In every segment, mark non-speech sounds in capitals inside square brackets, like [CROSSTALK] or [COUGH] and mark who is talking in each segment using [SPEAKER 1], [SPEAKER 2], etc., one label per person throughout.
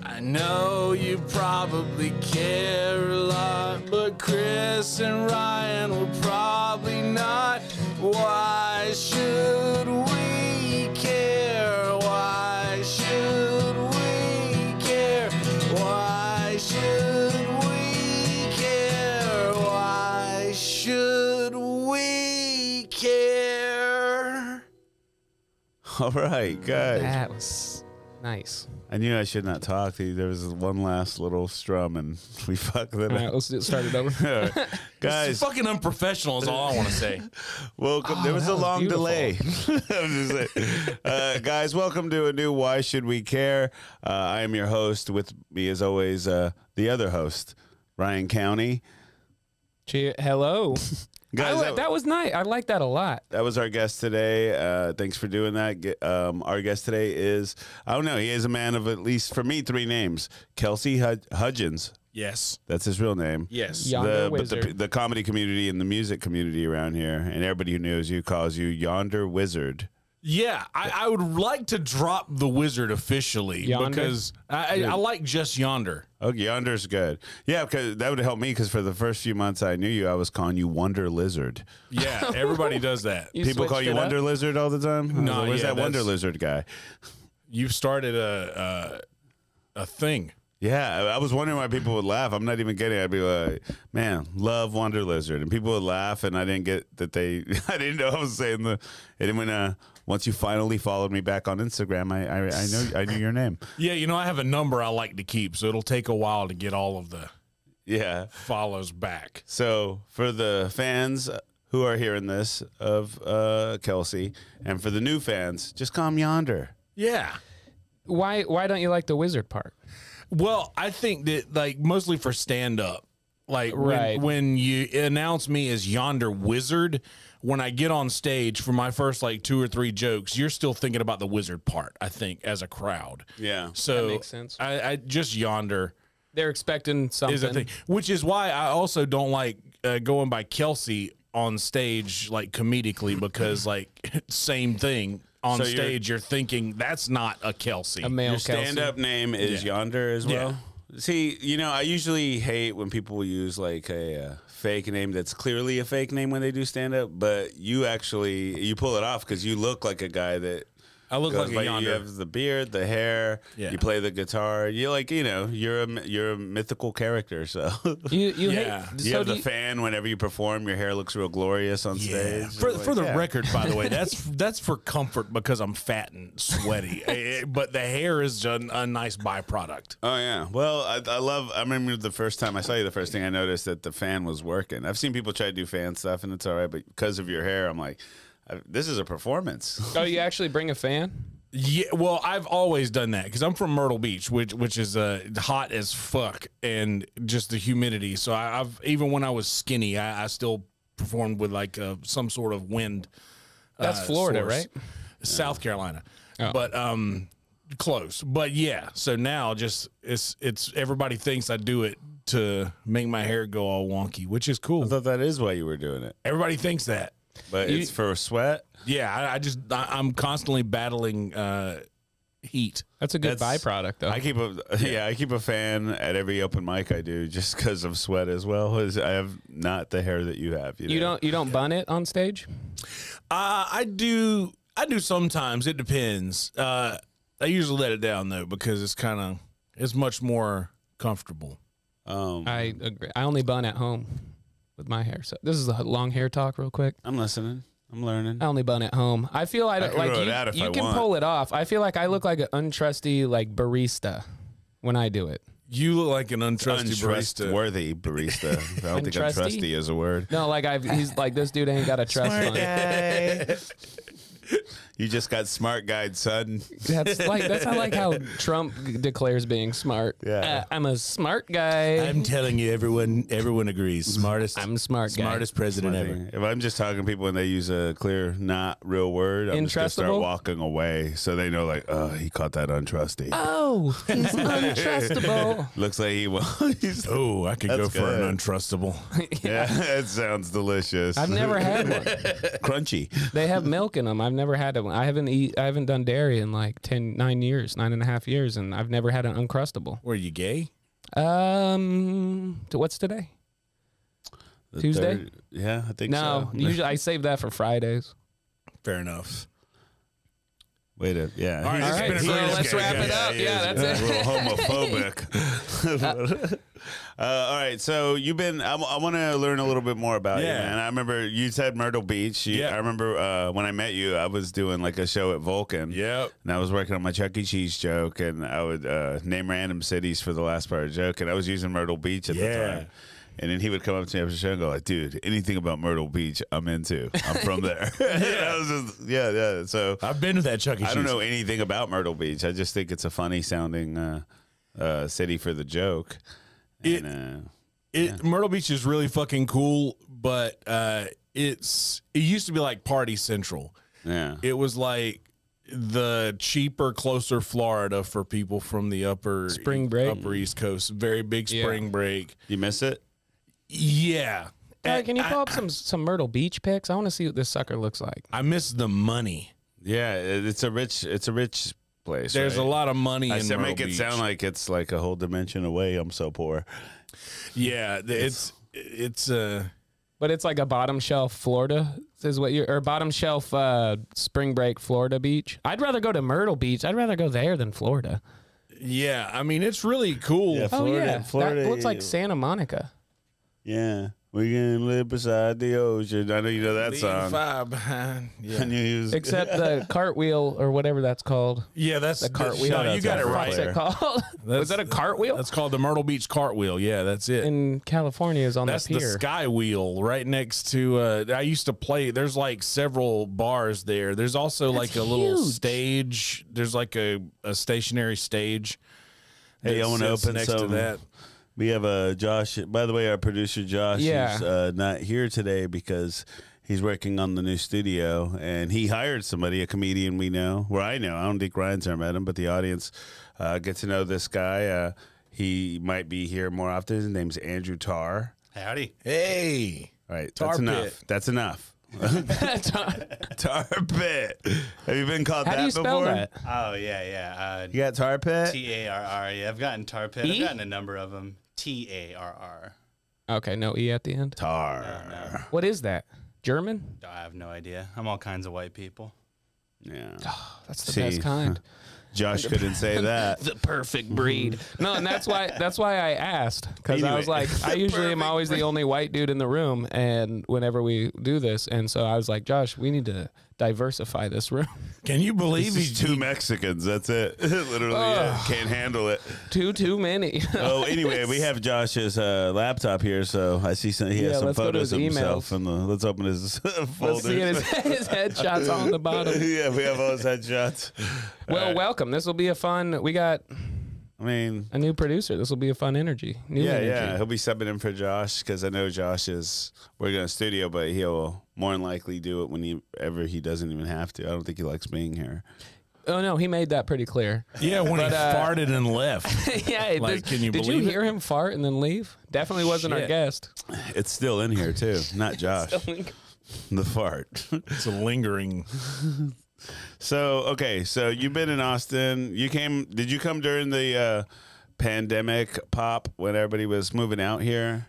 [SPEAKER 1] I know you probably care a lot, but Chris and Ryan will probably not. Why should we care? Why should we care? Why should we care? Why should we care?
[SPEAKER 2] All right, guys.
[SPEAKER 3] That was nice.
[SPEAKER 2] I knew I should not talk to you. There was one last little strum, and [LAUGHS] we fucked it
[SPEAKER 3] All right,
[SPEAKER 2] up.
[SPEAKER 3] let's just start it over.
[SPEAKER 2] guys,
[SPEAKER 1] fucking unprofessional is all I want to say.
[SPEAKER 2] welcome. there
[SPEAKER 3] Oh,
[SPEAKER 2] was
[SPEAKER 3] that
[SPEAKER 2] a
[SPEAKER 3] was
[SPEAKER 2] long
[SPEAKER 3] beautiful.
[SPEAKER 2] delay. [LAUGHS] I'm just saying. Uh, guys, welcome to a new Why Should We Care? Uh, I am your host. With me, as always, uh, the other host, Ryan County.
[SPEAKER 3] Cheer- Hello. I
[SPEAKER 2] Guys,
[SPEAKER 3] li-
[SPEAKER 2] that-
[SPEAKER 3] that was nice. I like that a lot.
[SPEAKER 2] that was our guest today. Uh, thanks for doing that. Ge- Um, our guest today is, I don't know, he is a man of at least, for me, three names Kelsey Hud- Hudgens.
[SPEAKER 1] Yes.
[SPEAKER 2] That's his real name.
[SPEAKER 1] Yes.
[SPEAKER 3] Yeah. Yonder
[SPEAKER 2] The, but the,
[SPEAKER 3] Wizard.
[SPEAKER 2] the comedy community and the music community around here, and everybody who knows you calls you Yonder Wizard.
[SPEAKER 1] Yeah, I, I would like to drop the wizard officially
[SPEAKER 3] Yonder?
[SPEAKER 1] because I, I, I like just yonder.
[SPEAKER 2] Oh, Yonder's good. Yeah, because that would help me. Because for the first few months I knew you, I was calling you Wonder Lizard.
[SPEAKER 1] Yeah, everybody does that.
[SPEAKER 3] [LAUGHS] You
[SPEAKER 2] People call
[SPEAKER 3] switched
[SPEAKER 2] you
[SPEAKER 3] it up?
[SPEAKER 2] Wonder Lizard all the time. I was
[SPEAKER 1] No,
[SPEAKER 2] like, where's
[SPEAKER 1] yeah,
[SPEAKER 2] that Wonder
[SPEAKER 1] that's-
[SPEAKER 2] Lizard guy?
[SPEAKER 1] You've started a a, a thing.
[SPEAKER 2] Yeah, I- I was wondering why people would laugh. I'm not even kidding. I'd be like, "Man, love Wonder Lizard," and people would laugh, and I didn't get that they. [LAUGHS] I didn't know I was saying the. And when uh, once you finally followed me back on Instagram, I I, I know I knew your name.
[SPEAKER 1] Yeah, you know I have a number I like to keep, so it'll take a while to get all of the
[SPEAKER 2] Yeah.
[SPEAKER 1] follows back.
[SPEAKER 2] So for the fans who are hearing this of uh, Kelsey, and for the new fans, just come yonder.
[SPEAKER 1] Yeah.
[SPEAKER 3] Why why don't you like the wizard part?
[SPEAKER 1] Well, I think that like mostly for stand up. Like
[SPEAKER 3] Right.
[SPEAKER 1] when, when you announce me as yonder wizard, when I get on stage for my first like two or three jokes, you're still thinking about the wizard part, I think, as a crowd.
[SPEAKER 2] Yeah.
[SPEAKER 1] So
[SPEAKER 3] makes sense.
[SPEAKER 1] I, I just yonder
[SPEAKER 3] They're expecting something.
[SPEAKER 1] is a thing, which is why I also don't like uh, going by Kelsey on stage like comedically because like [LAUGHS] same thing on
[SPEAKER 2] So you're-
[SPEAKER 1] stage. You're, thinking that's not a Kelsey.
[SPEAKER 3] A male
[SPEAKER 2] Your
[SPEAKER 3] Kelsey.
[SPEAKER 2] stand up name is yonder as well. See, you know, I usually hate when people use like a uh, fake name that's clearly a fake name when they do stand up, but you actually you pull it off because you look like a guy that.
[SPEAKER 1] I look
[SPEAKER 2] goes
[SPEAKER 1] like a
[SPEAKER 2] by-
[SPEAKER 1] yonder.
[SPEAKER 2] You have the beard, the hair.
[SPEAKER 1] Yeah.
[SPEAKER 2] You play the guitar. You like, you know, you're a you're a mythical character. So [LAUGHS]
[SPEAKER 3] You you
[SPEAKER 1] Yeah.
[SPEAKER 3] hate
[SPEAKER 2] You
[SPEAKER 3] so
[SPEAKER 2] have
[SPEAKER 3] do
[SPEAKER 2] the
[SPEAKER 3] you-
[SPEAKER 2] fan whenever you perform. Your hair looks real glorious on
[SPEAKER 1] Yeah.
[SPEAKER 2] stage.
[SPEAKER 1] For,
[SPEAKER 2] Like,
[SPEAKER 1] for the
[SPEAKER 2] yeah.
[SPEAKER 1] record, by
[SPEAKER 2] [LAUGHS]
[SPEAKER 1] the way, that's that's for comfort because I'm fat and sweaty. Eh, eh, but the hair is a, a nice byproduct.
[SPEAKER 2] Oh yeah. Well, I, I love. I remember the first time I saw you. The first thing I noticed that the fan was working. I've seen people try to do fan stuff, and it's all right. But because of your hair, I'm like, I, this is a performance. [LAUGHS]
[SPEAKER 3] Oh, you actually bring a fan?
[SPEAKER 1] Yeah, well, I've always done that because I'm from Myrtle Beach, which which is uh, hot as fuck, and just the humidity. So I, I've even when I was skinny, I, I still performed with like uh, some sort of wind.
[SPEAKER 3] That's
[SPEAKER 1] uh,
[SPEAKER 3] Florida,
[SPEAKER 1] source.
[SPEAKER 3] right? Oh.
[SPEAKER 1] South Carolina, but um, close. But yeah, so now just it's it's everybody thinks I do it to make my hair go all wonky, which is
[SPEAKER 2] I
[SPEAKER 1] cool.
[SPEAKER 2] thought that is why you were doing it,
[SPEAKER 1] Everybody thinks that.
[SPEAKER 2] but
[SPEAKER 3] You-
[SPEAKER 2] it's for sweat.
[SPEAKER 1] Yeah, I, I just I, I'm constantly battling uh, heat.
[SPEAKER 3] That's a good
[SPEAKER 2] That's-
[SPEAKER 3] byproduct though.
[SPEAKER 2] I keep a [LAUGHS] yeah. I keep a fan at every open mic I do just because of sweat as well. As I have not the hair that you have. know?
[SPEAKER 3] you don't you don't bun it on stage?
[SPEAKER 1] Uh, I do. I do sometimes. It depends. Uh, I usually let it down though because it's kind of it's much more comfortable.
[SPEAKER 2] Um,
[SPEAKER 3] I agree. I only bun at home with my hair. So this is a long hair talk real quick.
[SPEAKER 2] I'm listening. I'm learning.
[SPEAKER 3] I only bun at home. I feel I, don't
[SPEAKER 2] can
[SPEAKER 3] like
[SPEAKER 2] grow
[SPEAKER 3] you,
[SPEAKER 2] it out if
[SPEAKER 3] you
[SPEAKER 2] I
[SPEAKER 3] can
[SPEAKER 2] want.
[SPEAKER 3] pull it off. I feel like I look like an untrusty like barista when I do it.
[SPEAKER 1] You look like an untrusty barista.
[SPEAKER 2] Untrustworthy barista. I don't think
[SPEAKER 3] Untrusty?
[SPEAKER 2] untrusty is a word.
[SPEAKER 3] No, like I've he's like this dude ain't got a trust fund.
[SPEAKER 2] you just got smart guide, son.
[SPEAKER 3] That's like that's how like how Trump g- declares being smart.
[SPEAKER 2] Yeah.
[SPEAKER 3] Uh, I'm a smart guy. I'm,
[SPEAKER 1] I'm telling you, everyone everyone agrees. Smartest.
[SPEAKER 3] a smart guy.
[SPEAKER 1] smartest president ever.
[SPEAKER 2] If I'm just talking to people and they use a clear, not real word, I'm just gonna start
[SPEAKER 3] Intrustable?
[SPEAKER 2] walking away so they know, like, oh, he caught that untrusty.
[SPEAKER 3] Oh, he's untrustable.
[SPEAKER 2] Looks like he [LAUGHS] was.
[SPEAKER 1] Oh, I could go
[SPEAKER 2] That's
[SPEAKER 1] for an
[SPEAKER 2] good.
[SPEAKER 3] [LAUGHS]
[SPEAKER 1] untrustable.
[SPEAKER 2] yeah, [LAUGHS] that sounds delicious.
[SPEAKER 3] I've never had one.
[SPEAKER 2] crunchy.
[SPEAKER 3] They have milk in them. I've never had a. I haven't eat. I haven't done dairy in like 10, 9 years, nine and a half years, and I've never had an uncrustable.
[SPEAKER 1] Were you gay?
[SPEAKER 3] Um, to what's today?
[SPEAKER 2] The
[SPEAKER 3] Tuesday?
[SPEAKER 2] third- yeah, I think
[SPEAKER 3] No,
[SPEAKER 2] so.
[SPEAKER 3] usually I save that for Fridays.
[SPEAKER 1] Fair enough.
[SPEAKER 2] Wait a yeah.
[SPEAKER 1] All right,
[SPEAKER 2] he's-
[SPEAKER 1] it's been a
[SPEAKER 2] he's-
[SPEAKER 1] great
[SPEAKER 2] he's
[SPEAKER 1] let's
[SPEAKER 2] gay.
[SPEAKER 1] wrap it
[SPEAKER 3] up.
[SPEAKER 2] he
[SPEAKER 3] Yeah,
[SPEAKER 2] is.
[SPEAKER 3] that's
[SPEAKER 2] He's A little
[SPEAKER 1] [LAUGHS]
[SPEAKER 2] homophobic. [LAUGHS] uh, all right, so you've been. I, want to learn a little bit more about you,
[SPEAKER 1] Yeah.
[SPEAKER 2] man. I remember you said Myrtle Beach. You,
[SPEAKER 1] Yeah.
[SPEAKER 2] I remember uh, when I met you, I was doing like a show at Vulcan.
[SPEAKER 1] Yep.
[SPEAKER 2] And I was working on my Chuck E. Cheese joke, and I would uh, name random cities for the last part of the joke, and I was using Myrtle Beach at the
[SPEAKER 1] Yeah.
[SPEAKER 2] time. And then he would come up to me after the show and go like, "Dude, anything about Myrtle Beach, I'm into. I'm from there." [LAUGHS] yeah, I was just, yeah, yeah. So
[SPEAKER 1] I've been to that Chuck E. Cheese.
[SPEAKER 2] I don't know anything about Myrtle Beach. I just think it's a funny sounding uh, uh, city for the joke.
[SPEAKER 1] It-
[SPEAKER 2] and, uh,
[SPEAKER 1] It, Myrtle Beach is really fucking cool, but uh, it's it used to be like Party Central.
[SPEAKER 2] yeah,
[SPEAKER 1] It was like the cheaper, closer Florida for people from the upper e,
[SPEAKER 3] Spring break.
[SPEAKER 1] upper East Coast. Very big
[SPEAKER 3] Yeah.
[SPEAKER 1] spring break.
[SPEAKER 2] you miss it.
[SPEAKER 1] Yeah,
[SPEAKER 3] All right, can you
[SPEAKER 1] I-
[SPEAKER 3] pull up some some Myrtle Beach pics? I want to see what this sucker looks like.
[SPEAKER 1] I miss the money.
[SPEAKER 2] Yeah, it- it's a rich, it's a rich place.
[SPEAKER 1] There's a
[SPEAKER 2] right?
[SPEAKER 1] lot of money
[SPEAKER 2] I
[SPEAKER 1] in
[SPEAKER 2] said
[SPEAKER 1] Myrtle
[SPEAKER 2] make it
[SPEAKER 1] Beach.
[SPEAKER 2] sound like it's like a whole dimension away. I'm so poor.
[SPEAKER 1] yeah, th- it's it's uh
[SPEAKER 3] But it's like a bottom shelf Florida is what you or bottom shelf uh, spring break Florida beach. I'd rather go to Myrtle Beach. I'd rather go there than Florida.
[SPEAKER 1] yeah. I mean, it's really cool.
[SPEAKER 2] Yeah.
[SPEAKER 3] oh
[SPEAKER 2] Florida-
[SPEAKER 3] yeah,
[SPEAKER 2] Florida-
[SPEAKER 3] that looks like Santa Monica.
[SPEAKER 2] Yeah, we can live beside the ocean. I know you know that song.
[SPEAKER 1] Five behind.
[SPEAKER 2] [LAUGHS] I
[SPEAKER 1] Yeah.
[SPEAKER 2] knew you was-
[SPEAKER 3] Except the cartwheel or whatever that's called.
[SPEAKER 1] [LAUGHS] yeah, that's the
[SPEAKER 3] cartwheel.
[SPEAKER 1] No, you
[SPEAKER 2] Shout
[SPEAKER 1] got
[SPEAKER 2] out
[SPEAKER 1] it
[SPEAKER 2] to
[SPEAKER 1] right.
[SPEAKER 3] What's it called? [LAUGHS] Was that a cartwheel?
[SPEAKER 1] That's called the Myrtle Beach Cartwheel. Yeah, that's it.
[SPEAKER 3] in California is on
[SPEAKER 1] that's
[SPEAKER 3] the
[SPEAKER 1] the
[SPEAKER 3] pier. [LAUGHS]
[SPEAKER 1] Sky Wheel right next to. Uh, I used to play. There's like several bars there. There's also like a little
[SPEAKER 3] huge.
[SPEAKER 1] stage. There's like a, a stationary stage.
[SPEAKER 2] Hey,
[SPEAKER 1] that
[SPEAKER 2] I wanna
[SPEAKER 1] sits
[SPEAKER 2] open
[SPEAKER 1] next to
[SPEAKER 2] some-
[SPEAKER 1] that.
[SPEAKER 2] We have uh, Josh. By the way, our producer Josh
[SPEAKER 3] Yeah.
[SPEAKER 2] is uh, not here today because he's working on the new studio, and he hired somebody, a comedian we know, well, I know. I don't think Ryan's ever met him, but the audience uh, get to know this guy. Uh, he might be here more often. His name's Andrew Tarr.
[SPEAKER 1] Howdy. Hey.
[SPEAKER 2] All right,
[SPEAKER 1] Tar
[SPEAKER 2] that's
[SPEAKER 1] Pit.
[SPEAKER 2] enough. That's enough. [LAUGHS] tar pit. Have you been called
[SPEAKER 3] How
[SPEAKER 2] that
[SPEAKER 3] do you
[SPEAKER 2] before?
[SPEAKER 3] spell that?
[SPEAKER 4] Oh yeah, yeah.
[SPEAKER 2] You
[SPEAKER 4] Uh,
[SPEAKER 2] got tar pit.
[SPEAKER 4] T A R R. Yeah, I've gotten tar pit.
[SPEAKER 3] E?
[SPEAKER 4] I've gotten a number of them. T A R R.
[SPEAKER 3] Okay, no e at the end.
[SPEAKER 2] tar.
[SPEAKER 3] What is that? German?
[SPEAKER 4] I have no idea. I'm all kinds of white people.
[SPEAKER 2] Yeah.
[SPEAKER 3] That's the
[SPEAKER 2] See.
[SPEAKER 3] best kind.
[SPEAKER 2] Josh couldn't say that.
[SPEAKER 3] the perfect
[SPEAKER 1] [LAUGHS]
[SPEAKER 3] breed. No, and that's why that's why I asked because I was
[SPEAKER 2] Anyway.
[SPEAKER 1] [LAUGHS]
[SPEAKER 3] like, I usually am always the only white dude in the room, and whenever we do this, and so I was like, Josh, we need to diversify this room. [LAUGHS]
[SPEAKER 1] Can you believe
[SPEAKER 2] He's
[SPEAKER 1] he's
[SPEAKER 2] two Mexicans. That's it. [LAUGHS] Literally, yeah. can't handle
[SPEAKER 3] [LAUGHS]
[SPEAKER 2] it.
[SPEAKER 3] too too
[SPEAKER 1] [LAUGHS]
[SPEAKER 3] many.
[SPEAKER 2] Oh, anyway, we have Josh's uh, laptop here, so I see some, he
[SPEAKER 3] Yeah,
[SPEAKER 2] has some
[SPEAKER 3] let's go to
[SPEAKER 2] photos of
[SPEAKER 3] his
[SPEAKER 2] himself.
[SPEAKER 3] emails.
[SPEAKER 2] In the, let's open his [LAUGHS] folder.
[SPEAKER 3] [LAUGHS] Let's see his, his headshots on
[SPEAKER 1] [LAUGHS]
[SPEAKER 3] the bottom.
[SPEAKER 2] [LAUGHS] yeah, we have all his headshots.
[SPEAKER 3] Well, welcome. This will be a fun. We got
[SPEAKER 2] I mean,
[SPEAKER 3] a new producer. This will be a fun energy. New
[SPEAKER 2] yeah,
[SPEAKER 3] energy.
[SPEAKER 2] yeah, he'll be subbing in for Josh because I know Josh is working in a studio, but he'll more than likely do it when he ever he doesn't even have to. I don't think he likes being here.
[SPEAKER 3] Oh no, he made that pretty clear.
[SPEAKER 1] yeah when he
[SPEAKER 3] uh,
[SPEAKER 1] farted and left?
[SPEAKER 3] [LAUGHS] yeah. it
[SPEAKER 1] Like,
[SPEAKER 3] does-
[SPEAKER 1] can you
[SPEAKER 3] did
[SPEAKER 1] believe
[SPEAKER 3] you
[SPEAKER 1] it?
[SPEAKER 3] hear him fart and then leave? Definitely wasn't our
[SPEAKER 1] Shit. Oh
[SPEAKER 3] guest.
[SPEAKER 1] [LAUGHS]
[SPEAKER 2] It's still in here too,
[SPEAKER 3] [LAUGHS]
[SPEAKER 2] not Josh. the fart. [LAUGHS]
[SPEAKER 1] it's a lingering.
[SPEAKER 2] So okay, so you've been in Austin. You came. Did you come during the uh, pandemic pop when everybody was moving out here?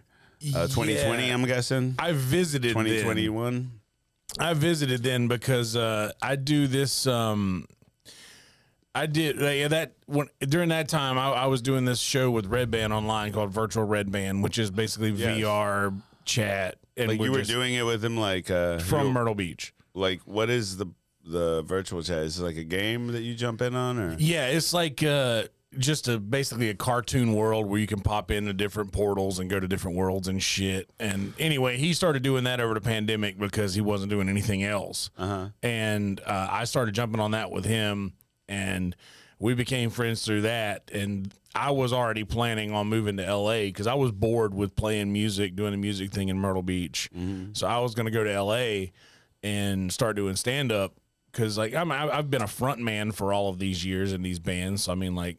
[SPEAKER 2] Uh, 2020,
[SPEAKER 1] Yeah.
[SPEAKER 2] I'm guessing.
[SPEAKER 1] I visited then.
[SPEAKER 2] 2021.
[SPEAKER 1] I visited then because uh, I do this. Um, I did like, yeah, that when during that time I, I was doing this show with Red Band online called Virtual Red Band, which is basically
[SPEAKER 2] Yes.
[SPEAKER 1] VR chat. And
[SPEAKER 2] Like you were
[SPEAKER 1] just-
[SPEAKER 2] doing it with him, like uh,
[SPEAKER 1] from
[SPEAKER 2] you-
[SPEAKER 1] Myrtle Beach.
[SPEAKER 2] like what is the the virtual chat? Is it like a game that you jump in on, or
[SPEAKER 1] Yeah, it's like uh, just a basically a cartoon world where you can pop into different portals and go to different worlds and shit. And anyway, he started doing that over the pandemic because he wasn't doing anything else.
[SPEAKER 2] uh-huh.
[SPEAKER 1] and uh, I started jumping on that with him, and we became friends through that. And I was already planning on moving to LA because I was bored with playing music, doing the music thing in Myrtle Beach. So I was going to go to LA and start doing stand up because, like, I'm, I- I've been a front man for all of these years in these bands. So, I mean, like,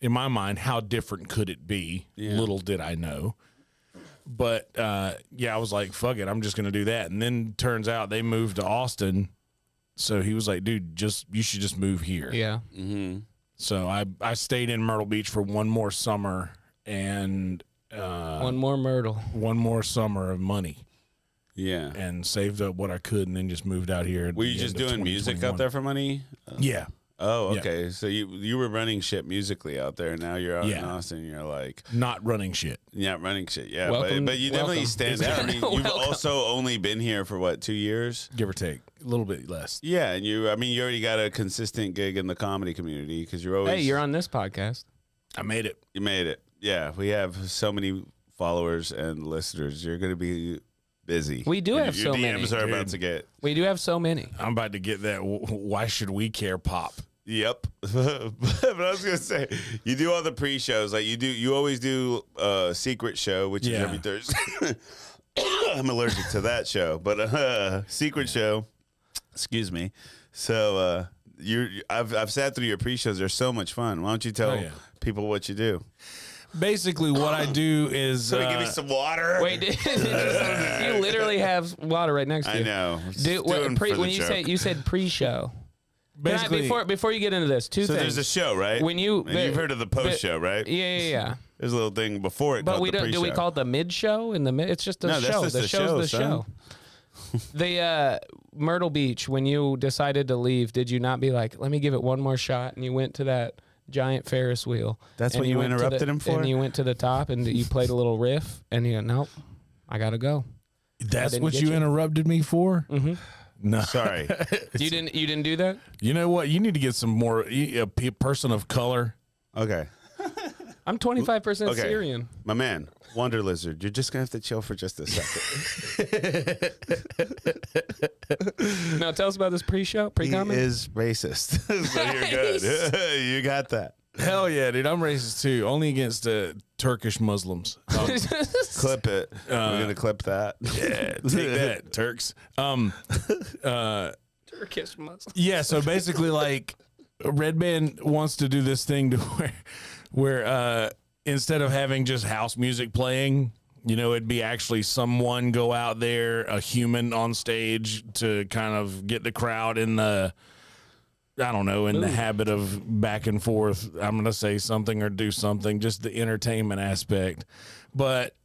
[SPEAKER 1] in my mind, how different could it be? Little did I know but uh, yeah, I was like, fuck it, I'm just gonna do that. And then turns out they moved to Austin So he was like, dude, just you should just move here.
[SPEAKER 3] Yeah.
[SPEAKER 2] Mm-hmm.
[SPEAKER 1] So I I stayed in Myrtle Beach for one more summer and uh, one.
[SPEAKER 3] One more Myrtle.
[SPEAKER 1] more summer of money
[SPEAKER 2] Yeah.
[SPEAKER 1] and saved up what I could and then just moved out here. at
[SPEAKER 2] Were you
[SPEAKER 1] the
[SPEAKER 2] just
[SPEAKER 1] end of
[SPEAKER 2] doing music out
[SPEAKER 1] 2021.
[SPEAKER 2] there for money?
[SPEAKER 1] Yeah.
[SPEAKER 2] Oh,
[SPEAKER 1] Yeah.
[SPEAKER 2] okay. So you you were running shit musically out there. Now you're out in
[SPEAKER 1] Yeah.
[SPEAKER 2] Austin. You're like,
[SPEAKER 1] Not running shit.
[SPEAKER 2] yeah, running shit. Yeah,
[SPEAKER 3] Welcome-
[SPEAKER 2] but but you definitely
[SPEAKER 3] welcome.
[SPEAKER 2] stand out. I mean, you've also only been here for what two years?
[SPEAKER 1] Give or take. A little bit less.
[SPEAKER 2] Yeah, and you. I mean, you already got a consistent gig in the comedy community because you're always.
[SPEAKER 3] Hey, you're on this podcast.
[SPEAKER 1] I made it.
[SPEAKER 2] You made it. Yeah, we have so many followers and listeners. You're going to be busy.
[SPEAKER 3] We do
[SPEAKER 2] Your-
[SPEAKER 3] have
[SPEAKER 2] your
[SPEAKER 3] so many.
[SPEAKER 2] DMs are about
[SPEAKER 1] Dude.
[SPEAKER 2] to get.
[SPEAKER 3] We do have so many.
[SPEAKER 1] I'm about to get that. w- w- Why should we care? Pop.
[SPEAKER 2] Yep. [LAUGHS] but I was going to say, you do all the pre-shows like you do. You always do a secret show, which is
[SPEAKER 1] Yeah.
[SPEAKER 2] every Thursday. [COUGHS] I'm allergic to that show, but uh, secret show. Excuse me. So uh, you're I've I've sat through your pre-shows. They're so much fun. Why don't you tell
[SPEAKER 1] Oh, yeah.
[SPEAKER 2] people what you do?
[SPEAKER 1] Basically, what I do is
[SPEAKER 2] Somebody give me
[SPEAKER 1] uh,
[SPEAKER 2] some water. [LAUGHS]
[SPEAKER 3] Wait, did- [LAUGHS] you literally have water right next to you.
[SPEAKER 2] I know.
[SPEAKER 3] Dude,
[SPEAKER 2] Just doing
[SPEAKER 3] what, pre,
[SPEAKER 2] for the
[SPEAKER 3] when you
[SPEAKER 2] joke.
[SPEAKER 3] say you said pre-show, Can I-
[SPEAKER 1] basically
[SPEAKER 3] before before you get into this, two
[SPEAKER 2] So
[SPEAKER 3] things.
[SPEAKER 2] there's a show, right?
[SPEAKER 3] When you-
[SPEAKER 2] and you've heard of the post
[SPEAKER 3] but-
[SPEAKER 2] show, right?
[SPEAKER 3] yeah, yeah, yeah.
[SPEAKER 2] There's a little thing before it.
[SPEAKER 3] But
[SPEAKER 2] called
[SPEAKER 3] we
[SPEAKER 2] the
[SPEAKER 3] don't. Do we
[SPEAKER 2] pre-show.
[SPEAKER 3] call it the mid-show? In the mid, it's just the
[SPEAKER 2] No, that's
[SPEAKER 3] show.
[SPEAKER 2] just
[SPEAKER 3] the,
[SPEAKER 2] the
[SPEAKER 3] show's
[SPEAKER 2] show,
[SPEAKER 3] the show.
[SPEAKER 2] [LAUGHS]
[SPEAKER 3] the uh, Myrtle Beach. When you decided to leave, did you not be like, "Let me give it one more shot"? And you went to that giant Ferris wheel.
[SPEAKER 2] That's
[SPEAKER 3] and
[SPEAKER 2] what you
[SPEAKER 3] went to the-
[SPEAKER 2] interrupted him for?
[SPEAKER 3] And you went to the top and you played a little riff. And you go, "Nope, I gotta go."
[SPEAKER 1] that's
[SPEAKER 3] didn't
[SPEAKER 1] what
[SPEAKER 3] get
[SPEAKER 1] you
[SPEAKER 3] you.
[SPEAKER 1] interrupted me for. Mm-hmm. No,
[SPEAKER 3] [LAUGHS]
[SPEAKER 2] Sorry.
[SPEAKER 3] You didn't. You didn't do that.
[SPEAKER 1] you know what? You need to get some more you- a pe- person of color.
[SPEAKER 2] okay,
[SPEAKER 3] I'm 25 percent
[SPEAKER 2] Okay.
[SPEAKER 3] Syrian.
[SPEAKER 2] my man, Wonder Lizard, you're just gonna have to chill for just a second.
[SPEAKER 3] Now tell us about this pre-show,
[SPEAKER 2] he [LAUGHS]
[SPEAKER 3] pre-comment.
[SPEAKER 2] is racist, so you're good. [LAUGHS] you got that.
[SPEAKER 1] Hell yeah, dude! I'm racist too. Only against uh, Turkish Muslims. Um,
[SPEAKER 2] Clip it. We're gonna clip that. [LAUGHS]
[SPEAKER 1] yeah, take that, Turks. Um,
[SPEAKER 3] Turkish Muslim.
[SPEAKER 1] yeah. So basically, like Red Band wants to do this thing to [LAUGHS] where, where uh, instead of having just house music playing. You know, it'd be actually someone go out there, a human on stage to kind of get the crowd in the, I don't know, in the habit of back and forth. I'm going to say something or do something, just the entertainment aspect. But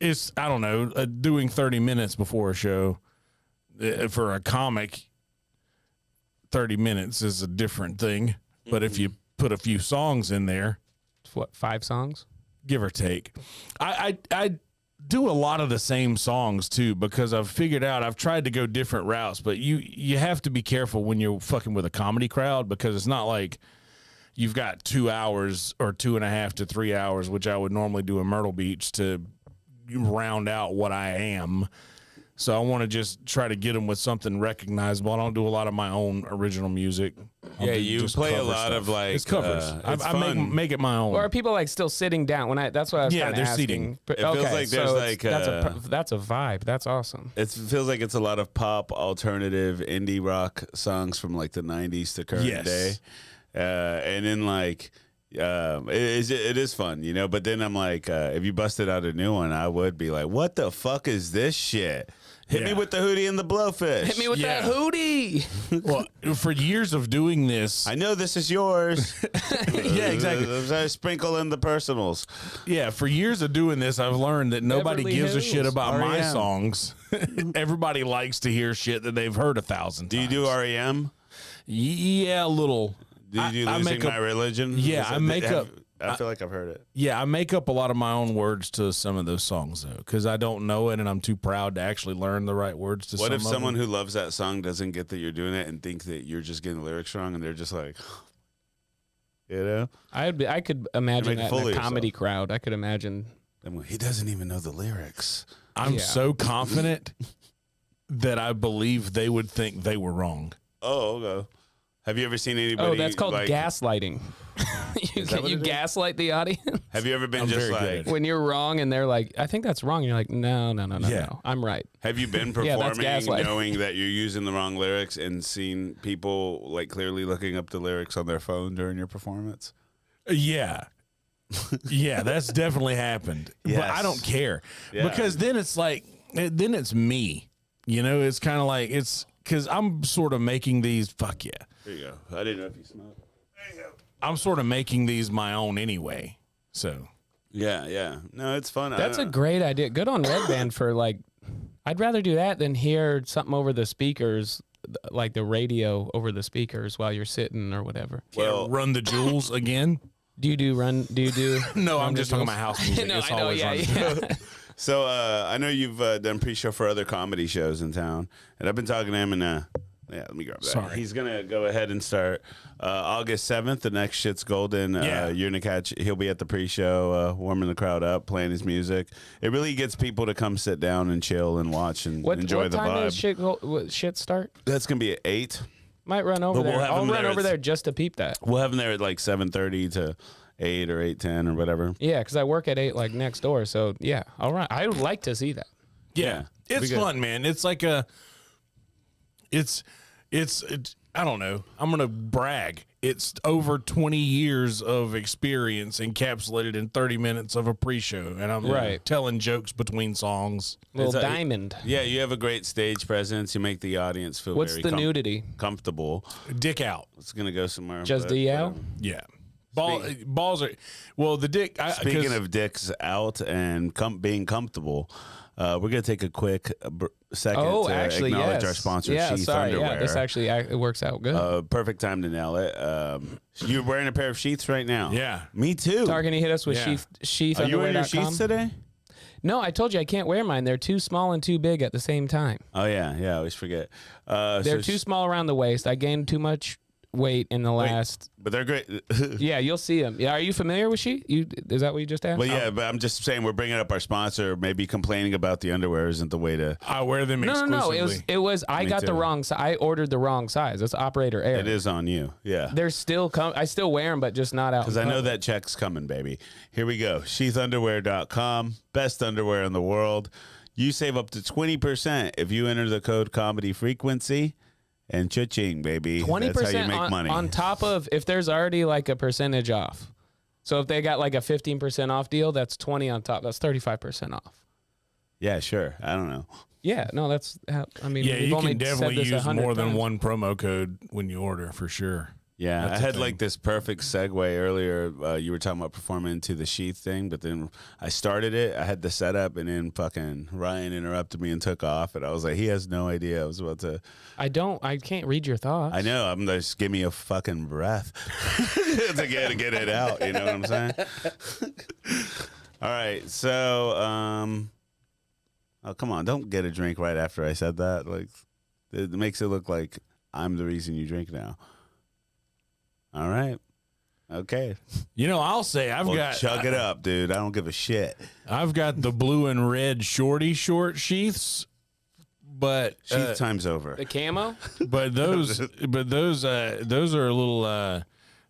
[SPEAKER 1] it's, I don't know, uh, doing 30 minutes before a show uh, for a comic, 30 minutes is a different thing. But if you put a few songs in there,
[SPEAKER 3] What five songs?
[SPEAKER 1] give or take. I, I I do a lot of the same songs too because I've figured out I've tried to go different routes, but you you have to be careful when you're fucking with a comedy crowd because it's not like you've got two hours or two and a half to three hours, which I would normally do in Myrtle Beach to round out what I am. So I want to just try to get them with something recognizable. I don't do a lot of my own original music. I'll
[SPEAKER 2] Yeah,
[SPEAKER 1] do
[SPEAKER 2] you
[SPEAKER 1] just
[SPEAKER 2] play a
[SPEAKER 1] cover
[SPEAKER 2] lot
[SPEAKER 1] stuff.
[SPEAKER 2] of like
[SPEAKER 1] it's covers.
[SPEAKER 2] uh,
[SPEAKER 1] I,
[SPEAKER 2] it's
[SPEAKER 1] I
[SPEAKER 2] fun.
[SPEAKER 1] make make it my own.
[SPEAKER 3] Or are people like still sitting down? When I that's what I was
[SPEAKER 1] Yeah,
[SPEAKER 3] kinda
[SPEAKER 1] they're
[SPEAKER 3] asking.
[SPEAKER 1] seating.
[SPEAKER 3] But-
[SPEAKER 2] It feels
[SPEAKER 3] okay,
[SPEAKER 2] like
[SPEAKER 3] so
[SPEAKER 2] there's
[SPEAKER 3] it's-
[SPEAKER 2] like,
[SPEAKER 3] that's a
[SPEAKER 2] uh,
[SPEAKER 3] pr- that's a vibe. That's awesome.
[SPEAKER 2] it feels like it's a lot of pop, alternative, indie rock songs from like the '90s to current
[SPEAKER 1] Yes.
[SPEAKER 2] day, uh, and then like um, it is it is fun, you know. But then I'm like, uh, if you busted out a new one, I would be like, "What the fuck is this shit? Hit me
[SPEAKER 1] Yeah.
[SPEAKER 2] with the hootie and the blowfish.
[SPEAKER 3] Hit me with
[SPEAKER 1] Yeah.
[SPEAKER 3] that hootie.
[SPEAKER 1] well, for years of doing this,
[SPEAKER 2] I know this is yours.
[SPEAKER 1] [LAUGHS] yeah, exactly.
[SPEAKER 2] [LAUGHS] I sprinkle in the personals.
[SPEAKER 1] Yeah, for years of doing this, I've learned that nobody
[SPEAKER 3] Beverly
[SPEAKER 1] gives
[SPEAKER 3] Hills,
[SPEAKER 1] a shit about my
[SPEAKER 2] R.E.M..
[SPEAKER 1] songs. [LAUGHS] Everybody likes to hear shit that they've heard a thousand
[SPEAKER 2] Do you
[SPEAKER 1] times.
[SPEAKER 2] do REM?
[SPEAKER 1] Yeah, a little.
[SPEAKER 2] Do you
[SPEAKER 1] I-
[SPEAKER 2] do
[SPEAKER 1] I
[SPEAKER 2] losing
[SPEAKER 1] make up-
[SPEAKER 2] my religion?
[SPEAKER 1] Yeah,
[SPEAKER 2] Is
[SPEAKER 1] I
[SPEAKER 2] that-
[SPEAKER 1] make
[SPEAKER 2] have-
[SPEAKER 1] up-
[SPEAKER 2] I feel like I've heard it.
[SPEAKER 1] Yeah, I make up a lot of my own words to some of those songs though, because I don't know it, and I'm too proud to actually learn the right words to.
[SPEAKER 2] What
[SPEAKER 1] some
[SPEAKER 2] if
[SPEAKER 1] of
[SPEAKER 2] someone
[SPEAKER 1] them.
[SPEAKER 2] who loves that song doesn't get that you're doing it and think that you're just getting the lyrics wrong and they're just like, [SIGHS] you know?
[SPEAKER 3] [LAUGHS] I'd be, I could imagine
[SPEAKER 2] Make a
[SPEAKER 3] that
[SPEAKER 2] fool
[SPEAKER 3] in a
[SPEAKER 2] of
[SPEAKER 3] comedy
[SPEAKER 2] yourself.
[SPEAKER 3] crowd. I could imagine.
[SPEAKER 2] I'm like, he doesn't even know the lyrics.
[SPEAKER 1] I'm
[SPEAKER 3] Yeah.
[SPEAKER 1] so confident [LAUGHS] that I believe they would think they were wrong.
[SPEAKER 2] Oh, okay. Have you ever seen anybody?
[SPEAKER 3] Oh, that's called
[SPEAKER 2] like- [LAUGHS]
[SPEAKER 3] gaslighting. [LAUGHS] you
[SPEAKER 2] Is that
[SPEAKER 3] can,
[SPEAKER 2] what
[SPEAKER 3] you
[SPEAKER 2] it is?
[SPEAKER 3] gaslight the audience [LAUGHS]
[SPEAKER 2] Have you ever been
[SPEAKER 1] I'm
[SPEAKER 2] just
[SPEAKER 1] very good
[SPEAKER 2] like?
[SPEAKER 1] at
[SPEAKER 3] when you're wrong, and they're like, "I think that's wrong." And you're like, "No, no, no, no,
[SPEAKER 1] Yeah.
[SPEAKER 3] no, I'm right."
[SPEAKER 2] Have you been
[SPEAKER 3] [LAUGHS] Yeah, that's
[SPEAKER 2] performing
[SPEAKER 3] gaslighting.
[SPEAKER 2] knowing that you're using the wrong lyrics and seen people like clearly looking up the lyrics on their phone during your performance?
[SPEAKER 1] Yeah. yeah, that's definitely happened. But I
[SPEAKER 2] Yes.
[SPEAKER 1] don't care
[SPEAKER 2] Yeah.
[SPEAKER 1] because then it's like, eh, then it's me. You know, it's kind of like it's because I'm sort of making these. Fuck yeah,
[SPEAKER 2] There you go. I didn't know if you smelled.
[SPEAKER 1] I'm sort of making these my own anyway. So
[SPEAKER 2] Yeah, yeah. No, it's fun. I
[SPEAKER 3] That's a
[SPEAKER 2] don't-
[SPEAKER 3] great idea. Good on Red Band for like. I'd rather do that than hear something over the speakers, th- like the radio over the speakers while you're sitting or whatever.
[SPEAKER 2] well.
[SPEAKER 1] run the jewels again.
[SPEAKER 3] Do you do run? Do
[SPEAKER 2] [LAUGHS]
[SPEAKER 3] you do?
[SPEAKER 1] No,
[SPEAKER 3] Run
[SPEAKER 1] I'm
[SPEAKER 3] the
[SPEAKER 1] just talking
[SPEAKER 3] Jewels?
[SPEAKER 1] about
[SPEAKER 3] [LAUGHS]
[SPEAKER 1] house music.
[SPEAKER 3] no,
[SPEAKER 1] it's
[SPEAKER 3] I know.
[SPEAKER 1] always
[SPEAKER 3] Yeah,
[SPEAKER 1] Run the
[SPEAKER 3] yeah.
[SPEAKER 2] So uh, I know you've uh, done pre-show for other comedy shows in town, and I've been talking to him. And uh, yeah, let me grab that.
[SPEAKER 1] Sorry.
[SPEAKER 2] He's gonna go ahead and start uh, August seventh. The next shit's golden.
[SPEAKER 1] Yeah.
[SPEAKER 2] Uh, you're gonna catch. He'll be at the pre-show, uh, warming the crowd up, playing his music. It really gets people to come sit down and chill and watch and
[SPEAKER 3] What,
[SPEAKER 2] enjoy
[SPEAKER 3] what
[SPEAKER 2] the
[SPEAKER 3] time
[SPEAKER 2] vibe.
[SPEAKER 3] does shit, go, what, shit start?
[SPEAKER 2] That's gonna be at eight.
[SPEAKER 3] Might run over
[SPEAKER 2] But we'll
[SPEAKER 3] there.
[SPEAKER 2] have
[SPEAKER 3] I'll
[SPEAKER 2] them
[SPEAKER 3] run
[SPEAKER 2] there.
[SPEAKER 3] over
[SPEAKER 2] It's-
[SPEAKER 3] there just to peep that.
[SPEAKER 2] We'll have him there at like seven thirty to eight or eight ten or whatever.
[SPEAKER 3] Yeah, because I work at eight, like next door. So yeah, all right. I would like to see that.
[SPEAKER 1] Yeah.
[SPEAKER 2] Yeah.
[SPEAKER 1] It's
[SPEAKER 2] Be good.
[SPEAKER 1] fun, man. It's like a it's it's, it's I don't know. I'm going to brag. It's over 20 years of experience encapsulated in 30 minutes of a pre-show and I'm
[SPEAKER 3] Right.
[SPEAKER 1] telling jokes between songs.
[SPEAKER 3] Little
[SPEAKER 2] It's a-
[SPEAKER 3] diamond.
[SPEAKER 2] Yeah, you have a great stage presence. You make the audience feel
[SPEAKER 3] What's
[SPEAKER 2] very
[SPEAKER 3] the
[SPEAKER 2] com-
[SPEAKER 3] nudity?
[SPEAKER 2] comfortable.
[SPEAKER 1] Dick out.
[SPEAKER 2] It's gonna go somewhere.
[SPEAKER 3] Just
[SPEAKER 2] but-
[SPEAKER 3] the yell?
[SPEAKER 1] Yeah. Ball, balls are well the dick I, 'cause-
[SPEAKER 2] Speaking of dicks out and com- being comfortable, uh, we're gonna take a quick uh, br- second
[SPEAKER 3] Oh,
[SPEAKER 2] to
[SPEAKER 3] actually,
[SPEAKER 2] acknowledge
[SPEAKER 3] yes.
[SPEAKER 2] our sponsor,
[SPEAKER 3] Yeah,
[SPEAKER 2] Sheath
[SPEAKER 3] sorry.
[SPEAKER 2] Underwear.
[SPEAKER 3] Yeah, this actually act- it works out good.
[SPEAKER 2] uh, perfect time to nail it. Um, you're wearing a pair of sheaths right now.
[SPEAKER 1] Yeah.
[SPEAKER 2] me too.
[SPEAKER 3] Target, hit us with
[SPEAKER 1] yeah.
[SPEAKER 3] sheath. Sheath.
[SPEAKER 2] Are you wearing your
[SPEAKER 3] underwear.com.
[SPEAKER 2] sheaths today?
[SPEAKER 3] No, I told you I can't wear mine. They're too small and too big at the same time.
[SPEAKER 2] Oh yeah, yeah. I always forget. Uh,
[SPEAKER 3] They're
[SPEAKER 2] so
[SPEAKER 3] too
[SPEAKER 2] sh-
[SPEAKER 3] small around the waist. I gained too much weight in the last.
[SPEAKER 2] but they're great. [LAUGHS]
[SPEAKER 3] Yeah, you'll see them. Yeah, are you familiar with she? You is that what you just asked?
[SPEAKER 2] Well, yeah, but I'm just saying we're bringing up our sponsor. Maybe complaining about the underwear isn't the way to.
[SPEAKER 1] I wear them
[SPEAKER 3] No, no,
[SPEAKER 1] exclusively.
[SPEAKER 3] no. It was it was I
[SPEAKER 2] Me
[SPEAKER 3] got the
[SPEAKER 2] too.
[SPEAKER 3] wrong size. I ordered the wrong size. That's operator error.
[SPEAKER 2] It is on you. Yeah.
[SPEAKER 3] They're still com- I still wear them, but just not out.
[SPEAKER 2] Because I know that check's coming, baby. Here we go. Sheathunderwear.com. Best underwear in the world. You save up to 20% if you enter the code comedy frequency and cha-ching, baby.
[SPEAKER 3] twenty
[SPEAKER 2] That's how you
[SPEAKER 3] percent
[SPEAKER 2] make
[SPEAKER 3] on,
[SPEAKER 2] money.
[SPEAKER 3] on top of if there's already like a percentage off. So if they got like a fifteen percent off deal, that's twenty on top. That's thirty five percent off.
[SPEAKER 2] yeah, sure. I don't know.
[SPEAKER 3] Yeah, no, that's how- I mean,
[SPEAKER 1] yeah,
[SPEAKER 3] we've
[SPEAKER 1] you
[SPEAKER 3] only
[SPEAKER 1] can
[SPEAKER 3] said
[SPEAKER 1] definitely
[SPEAKER 3] this a
[SPEAKER 1] use
[SPEAKER 3] hundred
[SPEAKER 1] more than
[SPEAKER 3] times.
[SPEAKER 1] one promo code when you order for sure.
[SPEAKER 2] Yeah,
[SPEAKER 1] That's
[SPEAKER 2] I
[SPEAKER 1] a
[SPEAKER 2] had
[SPEAKER 1] thing.
[SPEAKER 2] like this perfect segue earlier. Uh, you were talking about performing into the sheath thing, but then I started it. I had the setup, and then fucking Ryan interrupted me and took off. And I was like, he has no idea. I was about to.
[SPEAKER 3] I don't. I can't read your thoughts.
[SPEAKER 2] I know. I'm just give me a fucking breath [LAUGHS] to get to get it out. You know what I'm saying? [LAUGHS] All right. So, um, oh come on, don't get a drink right after I said that. Like, it makes it look like I'm the reason you drink now. All right. Okay.
[SPEAKER 1] You know, I'll say I've
[SPEAKER 2] Well,
[SPEAKER 1] got
[SPEAKER 2] chug it up, dude. I don't give a shit.
[SPEAKER 1] I've got the blue and red shorty short sheaths, but
[SPEAKER 2] Sheath
[SPEAKER 1] uh,
[SPEAKER 2] time's over.
[SPEAKER 3] The camo.
[SPEAKER 1] [LAUGHS] but those but those uh those are a little uh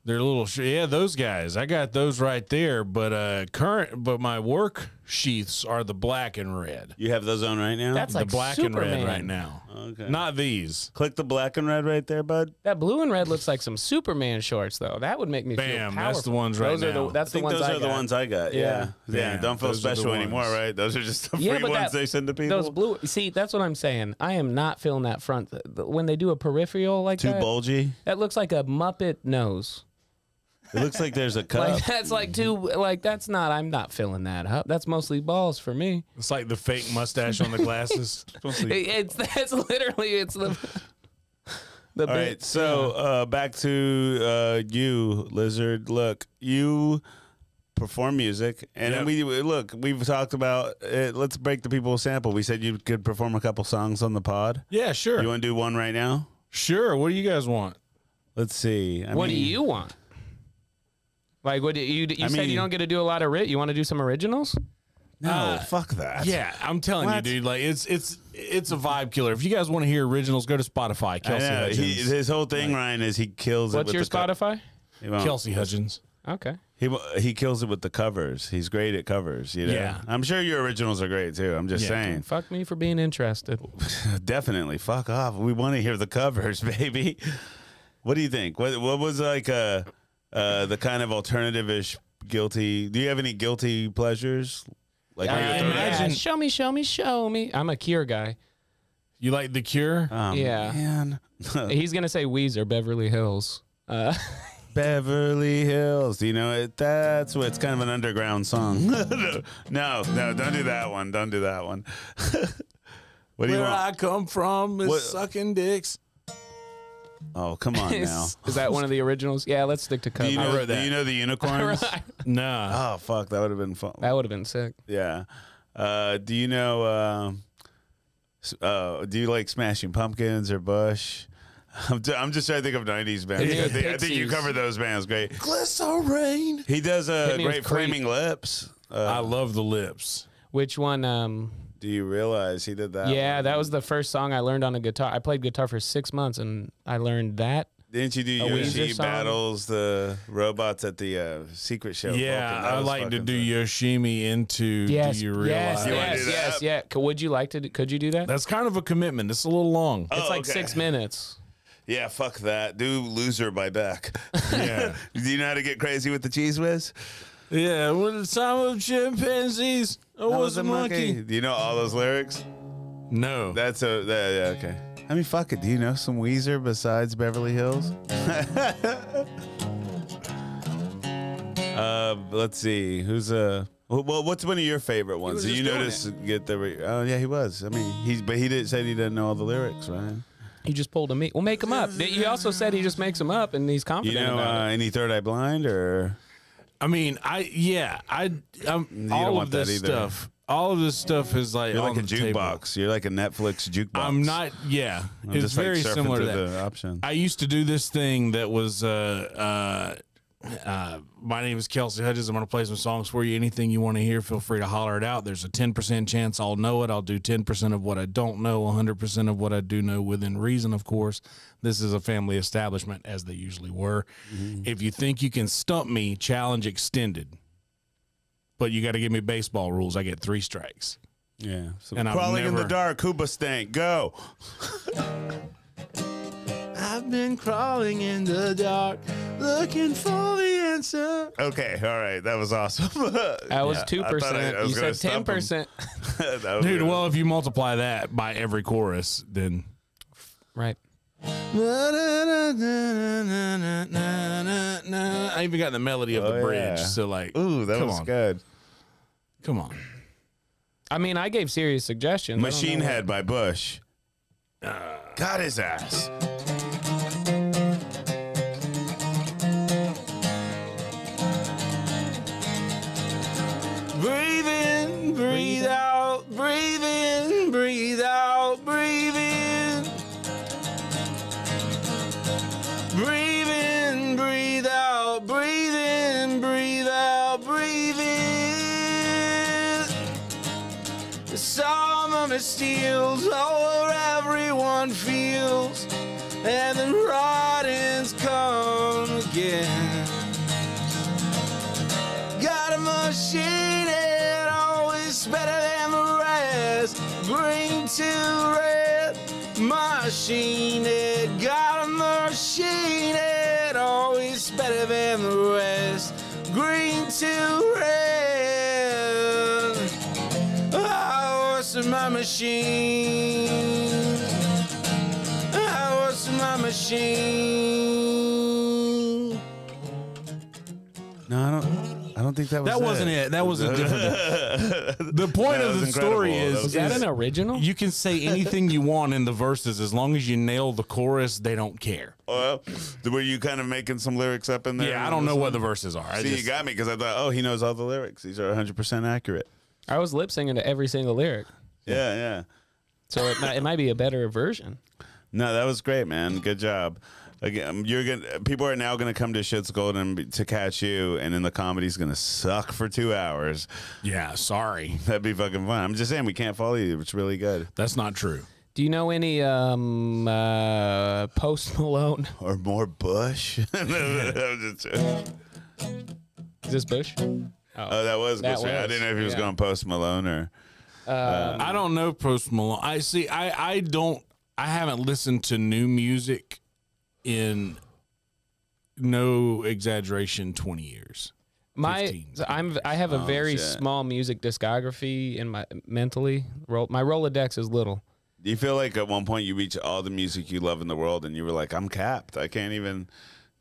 [SPEAKER 1] they're a little sh- yeah those guys I got those right there but uh current but my work sheaths are the black and red
[SPEAKER 2] You have those on right now.
[SPEAKER 3] That's
[SPEAKER 1] the
[SPEAKER 3] like
[SPEAKER 1] black and
[SPEAKER 3] Superman.
[SPEAKER 1] red right now
[SPEAKER 2] okay.
[SPEAKER 1] not these
[SPEAKER 2] Click the black and red right there, bud.
[SPEAKER 3] That blue and red looks like some Superman shorts, though. That would make me
[SPEAKER 1] Bam,
[SPEAKER 3] feel
[SPEAKER 1] that's the
[SPEAKER 3] powerful.
[SPEAKER 1] ones right
[SPEAKER 3] those Are
[SPEAKER 1] now.
[SPEAKER 3] the, that's
[SPEAKER 2] I think
[SPEAKER 3] the ones
[SPEAKER 2] those
[SPEAKER 3] I
[SPEAKER 2] are the
[SPEAKER 3] got.
[SPEAKER 2] ones I got.
[SPEAKER 3] Yeah.
[SPEAKER 2] Yeah. Yeah.
[SPEAKER 1] Yeah,
[SPEAKER 2] don't feel
[SPEAKER 1] those are the
[SPEAKER 2] special anymore,
[SPEAKER 1] ones.
[SPEAKER 2] right? Those are just the
[SPEAKER 3] Yeah,
[SPEAKER 2] free
[SPEAKER 3] but
[SPEAKER 2] ones
[SPEAKER 3] that-
[SPEAKER 2] they send to people.
[SPEAKER 3] Those blue. See, that's what I'm saying. I am not feeling that front. th- th- When they do a peripheral like
[SPEAKER 2] too
[SPEAKER 3] that,
[SPEAKER 2] bulgy.
[SPEAKER 3] that looks like a Muppet nose.
[SPEAKER 2] It looks like there's a cup.
[SPEAKER 3] [LAUGHS] Like that's like too. Like that's not. I'm not filling that up. That's mostly balls for me.
[SPEAKER 1] it's like the fake mustache on the
[SPEAKER 2] [LAUGHS]
[SPEAKER 1] glasses
[SPEAKER 3] It- it's [LAUGHS] that's literally it's the. [LAUGHS] The
[SPEAKER 2] All
[SPEAKER 3] big-
[SPEAKER 2] right, so uh, back to uh, you, Lizard. Look, you perform music, and
[SPEAKER 1] Yep.
[SPEAKER 2] we look. We've talked about it. Let's break the people a sample. We said you could perform a couple songs on the pod.
[SPEAKER 1] yeah
[SPEAKER 2] You
[SPEAKER 1] sure
[SPEAKER 2] want to do one right now?
[SPEAKER 1] sure what do you guys want
[SPEAKER 2] Let's see. I
[SPEAKER 3] what do
[SPEAKER 2] mean,
[SPEAKER 3] you want? Like what do you you
[SPEAKER 2] I
[SPEAKER 3] said you
[SPEAKER 2] mean-
[SPEAKER 3] don't get to do a lot of writ. You want to do some originals?
[SPEAKER 2] No,
[SPEAKER 1] Uh,
[SPEAKER 3] Ah.
[SPEAKER 2] fuck that.
[SPEAKER 1] Yeah, I'm telling
[SPEAKER 2] What?
[SPEAKER 1] you, dude. Like it's it's it's a vibe killer. If you guys want to hear originals, go to Spotify.
[SPEAKER 2] I
[SPEAKER 1] Kelsey
[SPEAKER 2] know. He,
[SPEAKER 1] Hudgens.
[SPEAKER 2] his whole thing, Ryan, is he kills
[SPEAKER 3] What's
[SPEAKER 2] it.
[SPEAKER 3] your
[SPEAKER 2] with the co-
[SPEAKER 3] Spotify?
[SPEAKER 2] He won't.
[SPEAKER 1] Kelsey Hudgens.
[SPEAKER 3] Okay.
[SPEAKER 2] He w- he kills it with the covers. He's great at covers. You know?
[SPEAKER 1] Yeah.
[SPEAKER 2] I'm sure your originals are great too. I'm just
[SPEAKER 1] Yeah.
[SPEAKER 2] saying.
[SPEAKER 3] Fuck me for being interested.
[SPEAKER 2] [LAUGHS] Definitely, fuck off. We want to hear the covers, [LAUGHS] baby. What do you think? What what was like uh, uh the kind of alternative ish guilty? Do you have any guilty pleasures? Like on
[SPEAKER 1] I
[SPEAKER 2] your
[SPEAKER 3] Yeah,
[SPEAKER 2] third-
[SPEAKER 1] imagine-
[SPEAKER 3] show me, show me, show me. I'm a Cure guy.
[SPEAKER 1] You like The Cure?
[SPEAKER 2] Um,
[SPEAKER 3] Yeah.
[SPEAKER 2] Man. Uh-huh.
[SPEAKER 3] He's gonna say Weezer, Beverly Hills. Uh,
[SPEAKER 2] [LAUGHS] Beverly Hills. You know it. That's what. It's kind of an underground song. [LAUGHS] no, no, don't do that one. Don't do that one. [LAUGHS] what do
[SPEAKER 1] Where
[SPEAKER 2] you want?
[SPEAKER 1] I come from is
[SPEAKER 2] What-
[SPEAKER 1] sucking dicks.
[SPEAKER 2] Oh, come
[SPEAKER 3] [LAUGHS]
[SPEAKER 2] on now.
[SPEAKER 3] is, is that one of the originals? Yeah, let's stick to
[SPEAKER 2] Do
[SPEAKER 3] cover.
[SPEAKER 2] you know?
[SPEAKER 1] wrote
[SPEAKER 2] Do
[SPEAKER 1] that.
[SPEAKER 2] you
[SPEAKER 3] [LAUGHS]
[SPEAKER 2] know the unicorns?
[SPEAKER 1] Nah.
[SPEAKER 2] [LAUGHS] oh fuck, that would have been fun.
[SPEAKER 3] that would have been sick.
[SPEAKER 2] Yeah. Uh, do you know? Uh, s- uh, do you like Smashing Pumpkins or Bush? [LAUGHS] I'm, t- I'm just trying to think of '90s bands.
[SPEAKER 3] Yeah,
[SPEAKER 2] I, think, I think you
[SPEAKER 3] Pixies.
[SPEAKER 2] covered those bands great.
[SPEAKER 1] Glycerine.
[SPEAKER 2] He does a
[SPEAKER 3] Hit me with
[SPEAKER 2] great
[SPEAKER 3] Creep.
[SPEAKER 2] Flaming Lips.
[SPEAKER 1] I
[SPEAKER 2] Uh,
[SPEAKER 1] love the lips.
[SPEAKER 3] Which one? Um,
[SPEAKER 2] do you realize he did that?
[SPEAKER 3] yeah,
[SPEAKER 2] one?
[SPEAKER 3] that was the first song I learned on a guitar. I played guitar for six months, and I learned that.
[SPEAKER 2] Didn't you do
[SPEAKER 3] a
[SPEAKER 2] Yoshi
[SPEAKER 3] Weezer song.
[SPEAKER 2] battles the robots at the uh, secret show?
[SPEAKER 1] yeah,
[SPEAKER 2] Vulcan? That
[SPEAKER 1] I
[SPEAKER 2] was
[SPEAKER 1] like to
[SPEAKER 2] fucking
[SPEAKER 1] do
[SPEAKER 2] sick.
[SPEAKER 1] Yoshimi into
[SPEAKER 3] Yes,
[SPEAKER 1] Do You Realize?
[SPEAKER 3] yes,
[SPEAKER 2] You wanna
[SPEAKER 3] yes,
[SPEAKER 2] do that?
[SPEAKER 3] yes, yeah. Could, would you like to? Do, could you do that?
[SPEAKER 1] That's kind of a commitment. It's a little long.
[SPEAKER 2] Oh,
[SPEAKER 3] it's like
[SPEAKER 2] okay.
[SPEAKER 3] six minutes.
[SPEAKER 2] Yeah, fuck that. Do loser by
[SPEAKER 3] [LAUGHS]
[SPEAKER 2] back.
[SPEAKER 1] [LAUGHS]
[SPEAKER 2] [LAUGHS]
[SPEAKER 1] Yeah.
[SPEAKER 2] do you know how to get crazy with the cheese whiz?
[SPEAKER 1] yeah, with the time of chimpanzees, I
[SPEAKER 2] I
[SPEAKER 1] was a monkey.
[SPEAKER 2] Do you know all those lyrics?
[SPEAKER 1] No.
[SPEAKER 2] That's a that, yeah okay. I mean, fuck it. Do you know some Weezer besides Beverly Hills? [LAUGHS] uh, let's see. Who's uh? wh- Well, what's one of your favorite ones?
[SPEAKER 1] was
[SPEAKER 2] Did you
[SPEAKER 1] just doing
[SPEAKER 2] notice get the? Re- oh yeah, he was. I mean, he's but he didn't say he didn't know all the lyrics, right?
[SPEAKER 3] He just pulled a meat. Well, make him up. You also said he just makes him up, and he's
[SPEAKER 2] You
[SPEAKER 3] confident
[SPEAKER 2] know,
[SPEAKER 3] about
[SPEAKER 2] uh, any Third Eye Blind or?
[SPEAKER 1] I mean, I yeah, I I'm, all
[SPEAKER 2] want
[SPEAKER 1] of this
[SPEAKER 2] that either.
[SPEAKER 1] stuff. All of this stuff is like
[SPEAKER 2] You're
[SPEAKER 1] on
[SPEAKER 2] like a
[SPEAKER 1] the table.
[SPEAKER 2] jukebox. You're like a Netflix jukebox.
[SPEAKER 1] I'm not. Yeah,
[SPEAKER 2] I'm
[SPEAKER 1] it's
[SPEAKER 2] just, like,
[SPEAKER 1] very
[SPEAKER 2] surfing
[SPEAKER 1] similar to
[SPEAKER 2] through
[SPEAKER 1] that.
[SPEAKER 2] the option.
[SPEAKER 1] I used to do this thing that was uh uh uh my name is Kelsey Hudges. I'm gonna play some songs for you. Anything you want to hear, feel free to holler it out. There's a 10% chance I'll know it. I'll do 10% of what I don't know, 100% of what I do know within reason, of course. This is a family establishment, as they usually were. If you think you can stump me, challenge extended. But you got to give me baseball rules. I get three strikes.
[SPEAKER 2] Yeah. So
[SPEAKER 1] And I've
[SPEAKER 2] crawling in the
[SPEAKER 1] never-
[SPEAKER 2] dark, Hooba Stank, go.
[SPEAKER 1] [LAUGHS] I've been crawling in the dark, looking for the answer.
[SPEAKER 2] Okay, all right, that was awesome. [LAUGHS]
[SPEAKER 3] that. I
[SPEAKER 2] that
[SPEAKER 3] was two percent. You said
[SPEAKER 2] [LAUGHS]
[SPEAKER 3] ten percent.
[SPEAKER 2] was
[SPEAKER 1] Dude,
[SPEAKER 2] good.
[SPEAKER 1] well, if you multiply that by every chorus, then.
[SPEAKER 3] Right.
[SPEAKER 1] I even got the melody of the
[SPEAKER 2] Oh,
[SPEAKER 1] bridge.
[SPEAKER 2] yeah.
[SPEAKER 1] So, like,
[SPEAKER 2] ooh, that
[SPEAKER 1] come
[SPEAKER 2] was
[SPEAKER 1] on.
[SPEAKER 2] good.
[SPEAKER 1] Come on.
[SPEAKER 3] I mean, I gave serious suggestions. I don't
[SPEAKER 2] Machine
[SPEAKER 3] know.
[SPEAKER 2] Head by Bush.
[SPEAKER 1] Uh,
[SPEAKER 2] Got his ass.
[SPEAKER 1] Breathe in, breathe out, breathe in, breathe out, breathe in. Breathe in, breathe out, breathe in, breathe out, breathe in. The summer steals over everyone feels, and the rottens come again. Got a machine head, always better than the rest. Green to red, machine head. Got a machine head, always better than the rest. Green to red. I was my machine. I was my machine.
[SPEAKER 2] No, I don't. I don't think that was.
[SPEAKER 1] That wasn't it. That was
[SPEAKER 2] [LAUGHS]
[SPEAKER 1] a different. The point
[SPEAKER 2] That
[SPEAKER 1] of the
[SPEAKER 2] was
[SPEAKER 1] story
[SPEAKER 2] incredible.
[SPEAKER 1] is,
[SPEAKER 2] That was
[SPEAKER 3] Is that
[SPEAKER 1] is
[SPEAKER 3] an original?
[SPEAKER 1] you can say anything you want in the verses as long as you nail the chorus. They don't care.
[SPEAKER 2] Well, were you kind of making some lyrics up in there?
[SPEAKER 1] Yeah, I don't know what the verses are. I
[SPEAKER 2] See,
[SPEAKER 1] just,
[SPEAKER 2] you got me because I thought, oh, he knows all the lyrics. These are 100 percent accurate.
[SPEAKER 3] I was lip singing to every single lyric,
[SPEAKER 2] Yeah, yeah.
[SPEAKER 3] so it might, it might be a better version.
[SPEAKER 2] No, that was great, man. Good job. Again, you're gonna. People are now gonna come to Shit's Golden and be- to catch you, and then the comedy's gonna suck for two hours.
[SPEAKER 1] yeah, sorry,
[SPEAKER 2] That'd be fucking fun. I'm just saying we can't follow you. It's really good.
[SPEAKER 1] that's not true.
[SPEAKER 3] Do you know any um, uh, Post Malone? [LAUGHS]
[SPEAKER 2] Or more Bush. [LAUGHS] I'm just-
[SPEAKER 3] Is this Bush?
[SPEAKER 2] oh, that was.
[SPEAKER 3] That
[SPEAKER 2] Bush. I
[SPEAKER 3] was,
[SPEAKER 2] didn't know if he was
[SPEAKER 3] yeah.
[SPEAKER 2] going post Malone or.
[SPEAKER 3] Uh,
[SPEAKER 1] I don't know Post Malone. I see. I I don't. I haven't listened to new music in no exaggeration twenty years.
[SPEAKER 3] My
[SPEAKER 1] 15.
[SPEAKER 3] so I'm I have a very
[SPEAKER 2] shit.
[SPEAKER 3] small music discography in my mentally. Ro- My Rolodex is little.
[SPEAKER 2] Do you feel like at one point you reach all the music you love in the world and you were like, I'm capped. I can't even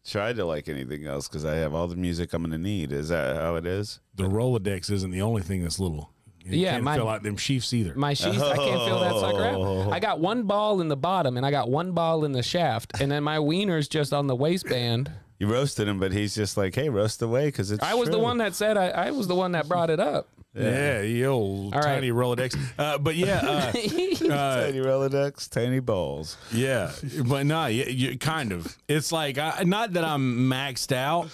[SPEAKER 2] try to like anything else because I have all the music I'm going to need. Is that how it is?
[SPEAKER 1] The Rolodex isn't the only thing that's little. You
[SPEAKER 3] Yeah,
[SPEAKER 1] can't
[SPEAKER 3] my-
[SPEAKER 1] fill out them sheafs either.
[SPEAKER 3] My sheath, I can't feel that sucker
[SPEAKER 2] Oh.
[SPEAKER 3] out. I got one ball in the bottom and I got one ball in the shaft, and then my wiener's just on the waistband.
[SPEAKER 2] You roasted him, but he's just like, hey, roast away because it's.
[SPEAKER 3] I was the
[SPEAKER 2] true."
[SPEAKER 3] one that said I, I was the one that brought it up.
[SPEAKER 1] yeah, you old
[SPEAKER 3] All right.
[SPEAKER 1] tiny Rolodex. Uh, but yeah,
[SPEAKER 3] [LAUGHS]
[SPEAKER 1] uh, uh,
[SPEAKER 2] Tiny Rolodex, tiny balls.
[SPEAKER 1] Yeah, but no, you, you kind of. It's like I, not that I'm maxed out,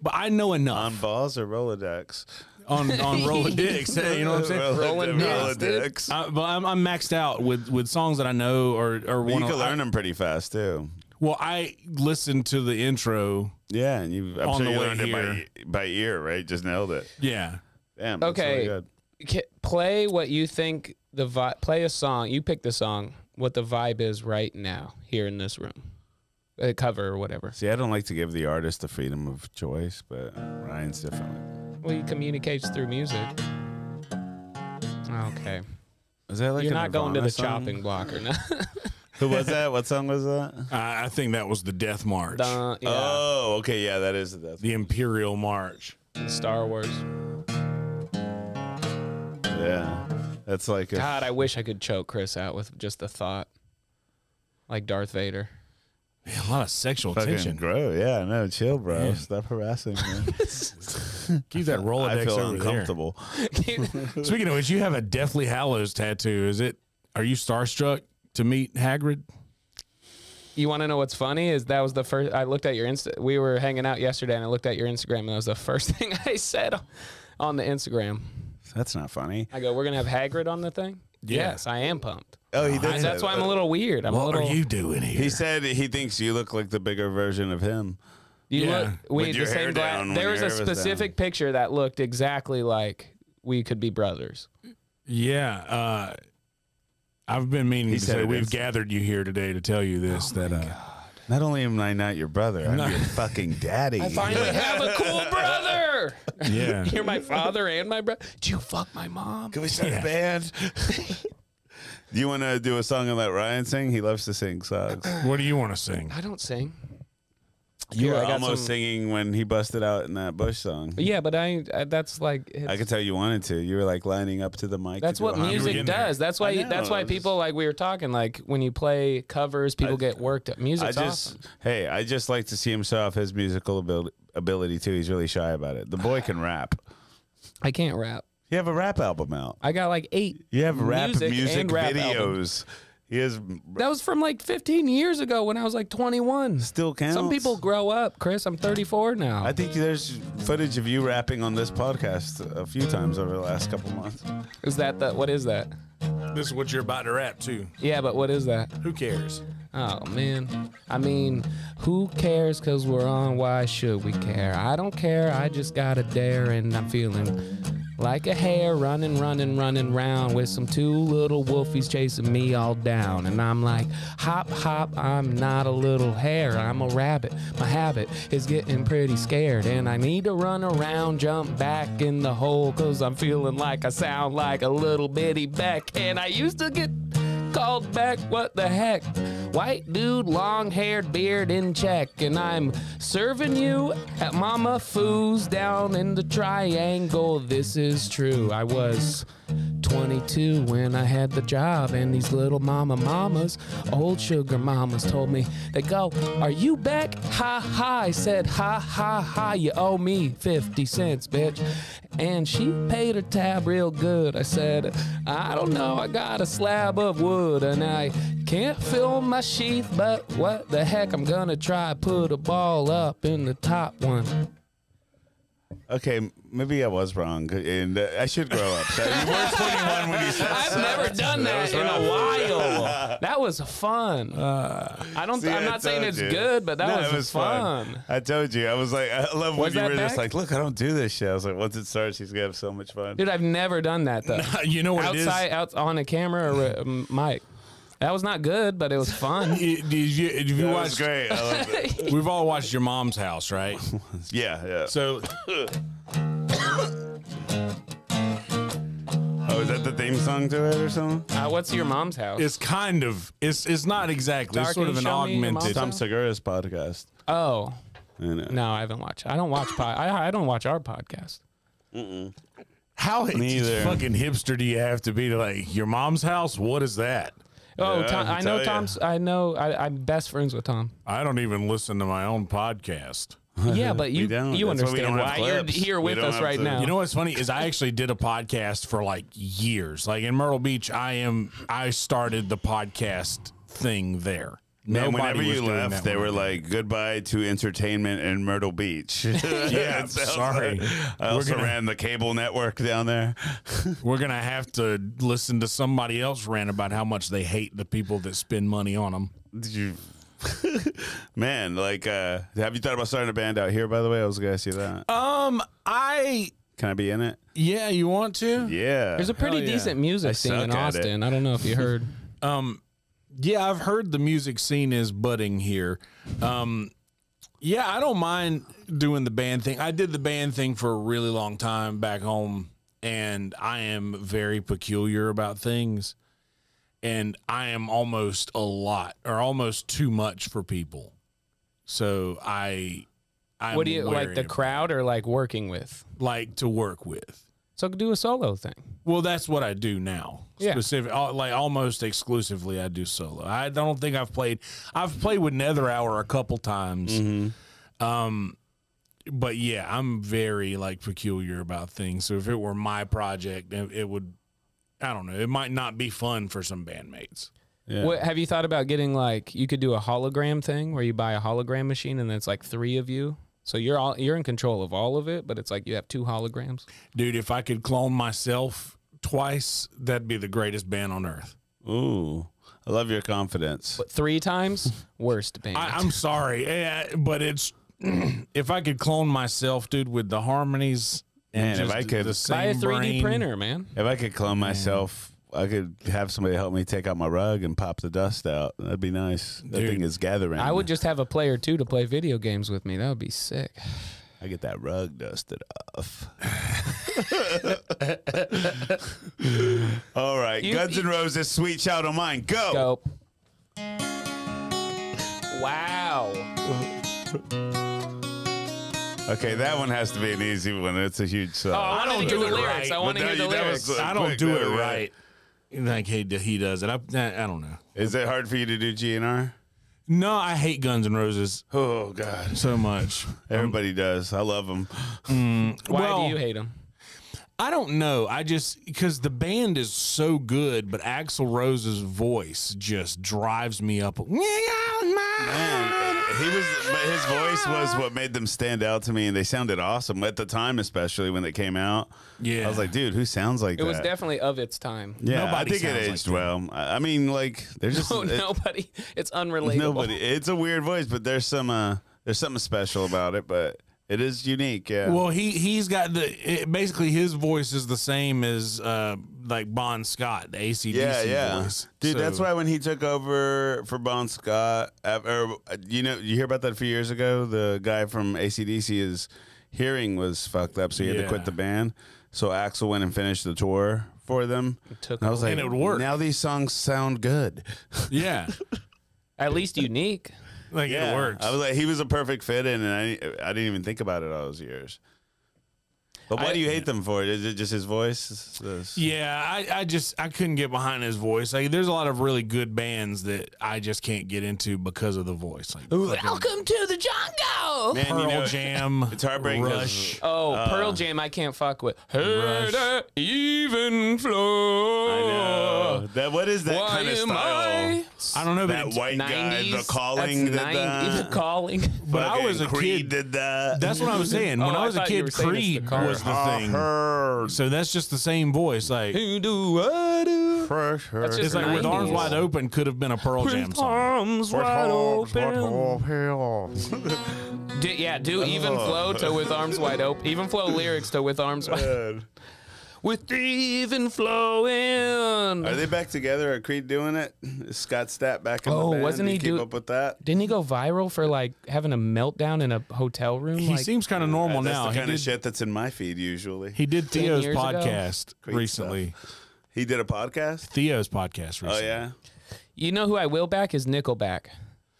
[SPEAKER 1] but I know
[SPEAKER 2] On
[SPEAKER 1] enough
[SPEAKER 2] balls or Rolodex?
[SPEAKER 3] Um,
[SPEAKER 1] on
[SPEAKER 3] [LAUGHS]
[SPEAKER 1] on Rolodex. hey, you know what I'm
[SPEAKER 2] [LAUGHS]
[SPEAKER 1] saying?
[SPEAKER 2] Rolling
[SPEAKER 3] dicks, dude.
[SPEAKER 2] Rolodex.
[SPEAKER 1] I, but I'm, I'm maxed out with with songs that I know or or
[SPEAKER 2] Well,
[SPEAKER 1] one.
[SPEAKER 2] you can
[SPEAKER 1] I,
[SPEAKER 2] learn them pretty fast too.
[SPEAKER 1] Well, I listened to the intro.
[SPEAKER 2] Yeah, and you. I'm
[SPEAKER 1] On
[SPEAKER 2] sure
[SPEAKER 1] the
[SPEAKER 2] you
[SPEAKER 1] way
[SPEAKER 2] learned
[SPEAKER 1] here.
[SPEAKER 2] it by, e, by ear, right? Just nailed it.
[SPEAKER 1] Yeah,
[SPEAKER 2] Damn. that's really
[SPEAKER 3] Okay.
[SPEAKER 2] good.
[SPEAKER 3] K- play what you think the vi- play a song. You pick the song. What the vibe is right now here in this room, a cover or whatever.
[SPEAKER 2] See, I don't like to give the artist the freedom of choice, but Ryan's different.
[SPEAKER 3] Well, he communicates through music. Okay,
[SPEAKER 2] Is that like
[SPEAKER 3] you're
[SPEAKER 2] a
[SPEAKER 3] not going to
[SPEAKER 2] Nirvana
[SPEAKER 3] the
[SPEAKER 2] song?
[SPEAKER 3] chopping block or [LAUGHS] not.
[SPEAKER 2] [LAUGHS] Who was that? What song was that?
[SPEAKER 1] I, I think that was the Death March,
[SPEAKER 3] Dun- [LAUGHS] yeah.
[SPEAKER 2] Oh, okay, yeah, that is that's
[SPEAKER 1] the Imperial March.
[SPEAKER 3] Star Wars.
[SPEAKER 2] yeah. That's like a,
[SPEAKER 3] God, I wish I could choke Chris out with just the thought, like Darth Vader.
[SPEAKER 1] Man, a lot of sexual
[SPEAKER 2] fucking
[SPEAKER 1] tension.
[SPEAKER 2] grow. Yeah, no, chill, bro. Stop harassing
[SPEAKER 3] [LAUGHS]
[SPEAKER 2] me.
[SPEAKER 1] Keep that Rolodex
[SPEAKER 2] [LAUGHS] I feel
[SPEAKER 1] over there.
[SPEAKER 2] uncomfortable.
[SPEAKER 1] Speaking of which, you have a Deathly Hallows tattoo. Is it? Are you starstruck to meet Hagrid?
[SPEAKER 3] You want to know what's funny is that was the first I looked at your Insta. We were hanging out yesterday, and I looked at your Instagram, and that was the [LAUGHS] first thing I said on the Instagram.
[SPEAKER 2] That's not funny.
[SPEAKER 3] I go, "We're gonna have Hagrid on the thing."
[SPEAKER 1] Yeah.
[SPEAKER 3] Yes, I am pumped.
[SPEAKER 2] Oh, he did.
[SPEAKER 3] I-
[SPEAKER 2] say
[SPEAKER 3] that's why I'm
[SPEAKER 2] that.
[SPEAKER 3] a little weird. I'm a
[SPEAKER 1] What
[SPEAKER 3] little.
[SPEAKER 1] are you doing here?
[SPEAKER 2] He said he thinks you look like the bigger version of him.
[SPEAKER 3] you
[SPEAKER 1] Yeah.
[SPEAKER 3] look. We
[SPEAKER 2] With
[SPEAKER 3] had
[SPEAKER 2] your
[SPEAKER 3] the
[SPEAKER 2] hair
[SPEAKER 3] same glass.
[SPEAKER 2] down when
[SPEAKER 3] There
[SPEAKER 2] your
[SPEAKER 3] was
[SPEAKER 2] hair
[SPEAKER 3] a
[SPEAKER 2] was
[SPEAKER 3] specific picture that looked exactly like we could be brothers.
[SPEAKER 1] Yeah, uh, I've been meaning
[SPEAKER 2] He
[SPEAKER 1] to
[SPEAKER 2] said
[SPEAKER 1] say
[SPEAKER 2] it
[SPEAKER 1] we've
[SPEAKER 2] is.
[SPEAKER 1] gathered you here today to tell you this
[SPEAKER 3] Oh
[SPEAKER 1] that uh,
[SPEAKER 2] Not only am I not your brother, I'm your
[SPEAKER 3] [LAUGHS]
[SPEAKER 2] fucking daddy.
[SPEAKER 3] I finally have a [LAUGHS] cool brother.
[SPEAKER 1] yeah,
[SPEAKER 3] You're my father and my brother. Did you fuck my mom?
[SPEAKER 2] Can we start a band? do [LAUGHS] you want to do a song and let Ryan sing? He loves to sing songs.
[SPEAKER 1] what do you want to sing?
[SPEAKER 3] I don't sing.
[SPEAKER 2] You
[SPEAKER 3] Here,
[SPEAKER 2] were
[SPEAKER 3] I got
[SPEAKER 2] almost
[SPEAKER 3] some-
[SPEAKER 2] singing when he busted out in that Bush song.
[SPEAKER 3] Yeah, but I, I that's like it's-
[SPEAKER 2] I could tell you wanted to. You were like lining up to the mic.
[SPEAKER 3] That's
[SPEAKER 2] to do
[SPEAKER 3] what
[SPEAKER 2] a hum-
[SPEAKER 1] getting
[SPEAKER 3] music
[SPEAKER 1] there.
[SPEAKER 3] does. That's why
[SPEAKER 2] know,
[SPEAKER 3] that's why
[SPEAKER 2] it's just-
[SPEAKER 3] people like we were talking like when you play covers, people get worked up.
[SPEAKER 2] I
[SPEAKER 3] Music's
[SPEAKER 2] just,
[SPEAKER 3] awesome.
[SPEAKER 2] hey, I just like to see him show off his musical abil- ability too. He's really shy about it. The boy can rap.
[SPEAKER 3] I can't rap.
[SPEAKER 2] You have a rap album out.
[SPEAKER 3] I got like eight.
[SPEAKER 2] You have rap music,
[SPEAKER 3] Music and rap
[SPEAKER 2] videos.
[SPEAKER 3] albums.
[SPEAKER 2] He has
[SPEAKER 3] That was from like 15 years ago when I was like 21.
[SPEAKER 2] still counts.
[SPEAKER 3] Some people grow up, Chris. I'm 34 now.
[SPEAKER 2] I think there's footage of you rapping on this podcast a few times over the last couple months.
[SPEAKER 3] Is that the what is that?
[SPEAKER 1] This is what you're about to rap to.
[SPEAKER 3] Yeah, but what is that?
[SPEAKER 1] Who cares?
[SPEAKER 3] Oh man. I mean, who cares cuz we're on why should we care? I don't care. I just got to dare and I'm feeling like a hare running, running, running round with some two little wolfies chasing me all down. And I'm like, hop, hop, I'm not a little hare, I'm a rabbit. My habit is getting pretty scared. And I need to run around, jump back in the hole, cause I'm feeling like I sound like a little bitty Beck. And I used to get called back what the heck white dude long haired beard in check and i'm serving you at mama foo's down in the triangle this is true i was 22 when i had the job and these little mama mamas old sugar mamas told me they go are you back ha ha i said ha ha ha you owe me 50 cents bitch and she paid her tab real good. I said, I don't know, I got a slab of wood and I can't fill my sheath, but what the heck, I'm gonna try put a ball up in the top one.
[SPEAKER 2] Okay, maybe I was wrong, and uh, I should grow
[SPEAKER 3] [LAUGHS]
[SPEAKER 2] up. So you were 21 when you said
[SPEAKER 3] I've never done that, in a while. That was fun. I don't. I'm
[SPEAKER 2] Uh, See, I
[SPEAKER 3] not saying
[SPEAKER 2] told
[SPEAKER 3] it's
[SPEAKER 2] you.
[SPEAKER 3] good, but that
[SPEAKER 2] No,
[SPEAKER 3] was,
[SPEAKER 2] it was
[SPEAKER 3] fun.
[SPEAKER 2] I told you. I was like, I love when
[SPEAKER 3] Was
[SPEAKER 2] you
[SPEAKER 3] that
[SPEAKER 2] were just like,
[SPEAKER 3] back?
[SPEAKER 2] look, I don't do this shit. I was like, once it starts, he's gonna have so much fun.
[SPEAKER 3] Dude, I've never done that
[SPEAKER 2] [LAUGHS]
[SPEAKER 3] though.
[SPEAKER 1] [LAUGHS] You know what
[SPEAKER 3] Outside, out on a camera or a m- mic. That was not good, but it was fun.
[SPEAKER 1] it
[SPEAKER 2] [LAUGHS]
[SPEAKER 1] is? Y- Did you, did you
[SPEAKER 2] That was
[SPEAKER 1] watch?
[SPEAKER 2] great. I loved
[SPEAKER 3] [LAUGHS]
[SPEAKER 2] it.
[SPEAKER 1] We've all watched your mom's house,
[SPEAKER 2] [LAUGHS]
[SPEAKER 1] right?
[SPEAKER 2] Yeah, yeah.
[SPEAKER 1] So
[SPEAKER 2] oh, is that that the theme song to it or something?
[SPEAKER 3] Uh, what's your mom's house?
[SPEAKER 1] It's kind of it's it's not exactly.
[SPEAKER 3] Dark,
[SPEAKER 1] It's sort
[SPEAKER 3] can
[SPEAKER 1] of
[SPEAKER 3] you
[SPEAKER 1] an
[SPEAKER 3] show me your
[SPEAKER 1] augmented.
[SPEAKER 3] mom's-
[SPEAKER 2] Tom Segura's podcast.
[SPEAKER 3] oh,
[SPEAKER 2] I know.
[SPEAKER 3] no, I haven't watched. I don't watch. Pod, I, I don't watch our podcast.
[SPEAKER 1] How
[SPEAKER 2] Neither.
[SPEAKER 1] fucking hipster do you have to be to like your mom's house? What is that?
[SPEAKER 3] Oh,
[SPEAKER 2] Yeah,
[SPEAKER 3] Tom,
[SPEAKER 2] I
[SPEAKER 3] I know
[SPEAKER 2] tell
[SPEAKER 3] Tom's. I know. I, I'm best friends with
[SPEAKER 2] [LAUGHS]
[SPEAKER 3] Tom.
[SPEAKER 1] I don't even listen to my own podcast.
[SPEAKER 3] Yeah, but you
[SPEAKER 2] don't.
[SPEAKER 3] you
[SPEAKER 2] That's why we
[SPEAKER 3] understand
[SPEAKER 2] don't
[SPEAKER 3] why,
[SPEAKER 2] have
[SPEAKER 3] you're
[SPEAKER 2] clips.
[SPEAKER 3] here
[SPEAKER 2] We
[SPEAKER 3] with
[SPEAKER 2] don't
[SPEAKER 3] us
[SPEAKER 2] have
[SPEAKER 3] right
[SPEAKER 2] to-
[SPEAKER 3] now.
[SPEAKER 1] You know what's funny is I actually did a podcast for like years. Like in Myrtle Beach, I am I started the podcast thing there.
[SPEAKER 2] And
[SPEAKER 1] Nobody
[SPEAKER 2] whenever
[SPEAKER 1] was
[SPEAKER 2] you
[SPEAKER 1] doing
[SPEAKER 2] left,
[SPEAKER 1] that
[SPEAKER 2] they
[SPEAKER 1] when I
[SPEAKER 2] were
[SPEAKER 1] did.
[SPEAKER 2] like, "Goodbye to entertainment in Myrtle Beach." [LAUGHS]
[SPEAKER 1] Yeah,
[SPEAKER 2] yeah,
[SPEAKER 1] sorry. We're
[SPEAKER 2] I also
[SPEAKER 1] gonna-
[SPEAKER 2] ran the cable network down there.
[SPEAKER 1] "We're gonna have to listen to somebody else rant about how much they hate the people that spend money on them."
[SPEAKER 2] Did you? [LAUGHS] Man, like, uh, have you thought about starting a band out here? By the way, I was gonna ask you that.
[SPEAKER 1] Um, I
[SPEAKER 2] Can I be in it?
[SPEAKER 1] yeah, you want to?
[SPEAKER 2] Yeah.
[SPEAKER 3] There's a pretty
[SPEAKER 1] Hell yeah.
[SPEAKER 3] decent music
[SPEAKER 2] I
[SPEAKER 3] scene
[SPEAKER 2] suck
[SPEAKER 3] in
[SPEAKER 2] at it.
[SPEAKER 3] Austin. I don't know if
[SPEAKER 2] [LAUGHS]
[SPEAKER 3] you heard.
[SPEAKER 1] Um, yeah, I've heard the music scene is budding here. Um, yeah, I don't mind doing the band thing. I did the band thing for a really long time back home, and I am very peculiar about things, and I am almost a lot or almost too much for people. So I, I'm
[SPEAKER 3] what do you like
[SPEAKER 1] wary
[SPEAKER 3] the
[SPEAKER 1] of-
[SPEAKER 3] crowd or like working with?
[SPEAKER 1] like to work with.
[SPEAKER 3] So do a solo thing.
[SPEAKER 1] Well, that's what I do now.
[SPEAKER 3] Yeah.
[SPEAKER 1] Specific, al- like almost exclusively, I do solo. I don't think I've played. I've played with Nether Hour a couple times.
[SPEAKER 2] Mm. Mm-hmm.
[SPEAKER 1] Um, but yeah, I'm very like peculiar about things. So if it were my project, it, it would. I don't know. It might not be fun for some bandmates.
[SPEAKER 2] Yeah.
[SPEAKER 3] What have you thought about getting like you could do a hologram thing where you buy a hologram machine and it's like three of you. So you're all you're in control of all of it, but it's like you have two holograms.
[SPEAKER 1] Dude, if I could clone myself twice, that'd be the greatest band on earth.
[SPEAKER 2] Ooh, I love your confidence.
[SPEAKER 3] But three times,
[SPEAKER 1] [LAUGHS]
[SPEAKER 3] worst band.
[SPEAKER 1] I, I'm sorry, eh, but it's [CLEARS THROAT] if I could clone myself, dude, with the harmonies and
[SPEAKER 2] Man, if
[SPEAKER 1] just
[SPEAKER 2] I could-
[SPEAKER 1] the
[SPEAKER 3] buy a
[SPEAKER 1] same
[SPEAKER 3] 3D
[SPEAKER 1] brain.
[SPEAKER 3] printer, man.
[SPEAKER 2] If I could clone myself, I could have somebody help me take out my rug and pop the dust out. That'd be nice. That
[SPEAKER 1] Dude.
[SPEAKER 2] thing is gathering.
[SPEAKER 3] I would just have a player two to play video games with me. That would be sick.
[SPEAKER 2] I get that rug dusted
[SPEAKER 3] [LAUGHS]
[SPEAKER 2] off. All right,
[SPEAKER 3] You-
[SPEAKER 2] Guns N' Roses, "Sweet Child O'
[SPEAKER 1] Oh.
[SPEAKER 2] Mine," go.
[SPEAKER 3] Go. Wow.
[SPEAKER 2] Okay, that one has to be an easy one. It's a huge song.
[SPEAKER 3] Oh, I
[SPEAKER 1] don't
[SPEAKER 3] wanna
[SPEAKER 1] do
[SPEAKER 3] hear the
[SPEAKER 1] it
[SPEAKER 3] lyrics.
[SPEAKER 1] right,
[SPEAKER 3] I want to
[SPEAKER 2] but
[SPEAKER 3] hear
[SPEAKER 2] that-
[SPEAKER 3] the
[SPEAKER 2] that
[SPEAKER 3] lyrics.
[SPEAKER 2] was, uh,
[SPEAKER 1] I don't
[SPEAKER 2] Quick,
[SPEAKER 1] do
[SPEAKER 2] that
[SPEAKER 1] it
[SPEAKER 2] was it.
[SPEAKER 1] right. Like he d- he does it. I I don't know.
[SPEAKER 2] Is it hard for you to do GNR?
[SPEAKER 1] No, I hate Guns N' Roses
[SPEAKER 2] Oh God,
[SPEAKER 1] so much.
[SPEAKER 2] everybody does. I love them.
[SPEAKER 3] Why
[SPEAKER 1] Well,
[SPEAKER 3] do you hate him?
[SPEAKER 1] [LAUGHS] I don't know. I just because the band is so good, but Axl Rose's voice just drives me up.
[SPEAKER 2] Man, he was, but his voice was what made them stand out to me, and they sounded awesome at the time, especially when they came out.
[SPEAKER 1] Yeah.
[SPEAKER 2] I was like, dude, who sounds like
[SPEAKER 3] It
[SPEAKER 2] that?
[SPEAKER 3] was definitely of its time.
[SPEAKER 2] yeah,
[SPEAKER 1] Nobody
[SPEAKER 2] I think
[SPEAKER 1] sounds
[SPEAKER 2] it
[SPEAKER 1] like
[SPEAKER 2] aged
[SPEAKER 1] that.
[SPEAKER 2] well. I I mean, like, there's
[SPEAKER 3] [LAUGHS]
[SPEAKER 2] just
[SPEAKER 3] No,
[SPEAKER 2] it-
[SPEAKER 3] Oh, nobody. It's unrelatable.
[SPEAKER 2] nobody. It's a weird voice, but there's some uh, there's something special about it, but it is unique. Yeah.
[SPEAKER 1] Well, he he's got the it, basically his voice is the same as uh like Bon Scott, the ACDC
[SPEAKER 2] yeah, yeah,
[SPEAKER 1] voice.
[SPEAKER 2] dude.
[SPEAKER 1] So-
[SPEAKER 2] That's why when he took over for Bon Scott, uh, or uh, you know, you hear about that a few years ago. The guy from ACDC, his hearing was fucked up, so he had
[SPEAKER 1] Yeah.
[SPEAKER 2] to quit the band. So Axel went and finished the tour for them.
[SPEAKER 3] took
[SPEAKER 2] and I was like,
[SPEAKER 1] And it would work.
[SPEAKER 2] Now these songs sound good. [LAUGHS]
[SPEAKER 1] Yeah,
[SPEAKER 3] At least unique.
[SPEAKER 1] like it works.
[SPEAKER 2] I was like, he was a perfect fit in, and I I didn't even think about it all those years. But why
[SPEAKER 3] I-
[SPEAKER 2] do you hate them for it? Is it just his voice? Is this-
[SPEAKER 1] yeah, I, I just I couldn't get behind his voice. Like, there's a lot of really good bands that I just can't get into because of the voice. Like
[SPEAKER 3] Welcome to the jungle.
[SPEAKER 2] Man, Uh,
[SPEAKER 1] Pearl
[SPEAKER 2] you know,
[SPEAKER 1] Jam,
[SPEAKER 2] [LAUGHS] It's heartbreaking 'cause-
[SPEAKER 1] Rush.
[SPEAKER 3] Oh, Pearl Jam, I can't fuck with. Hey,
[SPEAKER 1] Rush.
[SPEAKER 3] that even flow.
[SPEAKER 2] I know. That what is that
[SPEAKER 3] Why
[SPEAKER 2] kind of
[SPEAKER 3] am
[SPEAKER 2] style?
[SPEAKER 3] I?
[SPEAKER 1] I don't know, but
[SPEAKER 2] that
[SPEAKER 1] it's-
[SPEAKER 2] white guy, the
[SPEAKER 3] 90s.
[SPEAKER 2] calling
[SPEAKER 3] That's
[SPEAKER 2] did
[SPEAKER 3] 90s.
[SPEAKER 2] that. uh,
[SPEAKER 3] [LAUGHS] The calling.
[SPEAKER 1] but I was a
[SPEAKER 2] Fucking Creed
[SPEAKER 1] kid.
[SPEAKER 2] did
[SPEAKER 1] [LAUGHS]
[SPEAKER 2] that. [LAUGHS]
[SPEAKER 1] That's what I was saying. When
[SPEAKER 3] Oh,
[SPEAKER 1] I
[SPEAKER 3] I
[SPEAKER 1] was a
[SPEAKER 3] thought you were
[SPEAKER 1] kid,
[SPEAKER 3] saying it's the
[SPEAKER 1] Creed
[SPEAKER 3] car.
[SPEAKER 1] was the thing.
[SPEAKER 2] Uh, Her
[SPEAKER 1] So that's just the same voice. Like
[SPEAKER 3] Who do I do?
[SPEAKER 2] pressure.
[SPEAKER 3] That's just
[SPEAKER 1] it's like with arms
[SPEAKER 3] 90s.
[SPEAKER 1] wide open could have been a Pearl Jam
[SPEAKER 3] With
[SPEAKER 1] song.
[SPEAKER 3] arms wide open. Do, yeah,
[SPEAKER 2] Oh.
[SPEAKER 3] do even flow to with arms wide open. Even flow lyrics to with
[SPEAKER 2] [LAUGHS]
[SPEAKER 3] arms wide. With even flowing.
[SPEAKER 2] Are they back together? Are Creed doing it? [LAUGHS] Is Scott Stapp back in the
[SPEAKER 3] Oh,
[SPEAKER 2] band?
[SPEAKER 3] wasn't
[SPEAKER 2] Do
[SPEAKER 3] he
[SPEAKER 2] you keep
[SPEAKER 3] do-
[SPEAKER 2] up with that?
[SPEAKER 3] Didn't he go viral for like having a meltdown in a hotel room?
[SPEAKER 1] He
[SPEAKER 3] like,
[SPEAKER 1] seems kind of normal
[SPEAKER 2] That's
[SPEAKER 1] now.
[SPEAKER 2] the
[SPEAKER 1] He
[SPEAKER 2] kind of
[SPEAKER 1] did,
[SPEAKER 2] shit that's in my feed usually.
[SPEAKER 1] he did Theo's
[SPEAKER 3] years ago.
[SPEAKER 1] podcast
[SPEAKER 2] Great
[SPEAKER 1] recently.
[SPEAKER 2] He did a podcast.
[SPEAKER 1] Theo's podcast
[SPEAKER 2] Oh
[SPEAKER 1] recently.
[SPEAKER 2] yeah,
[SPEAKER 3] You know who I will back is Nickelback,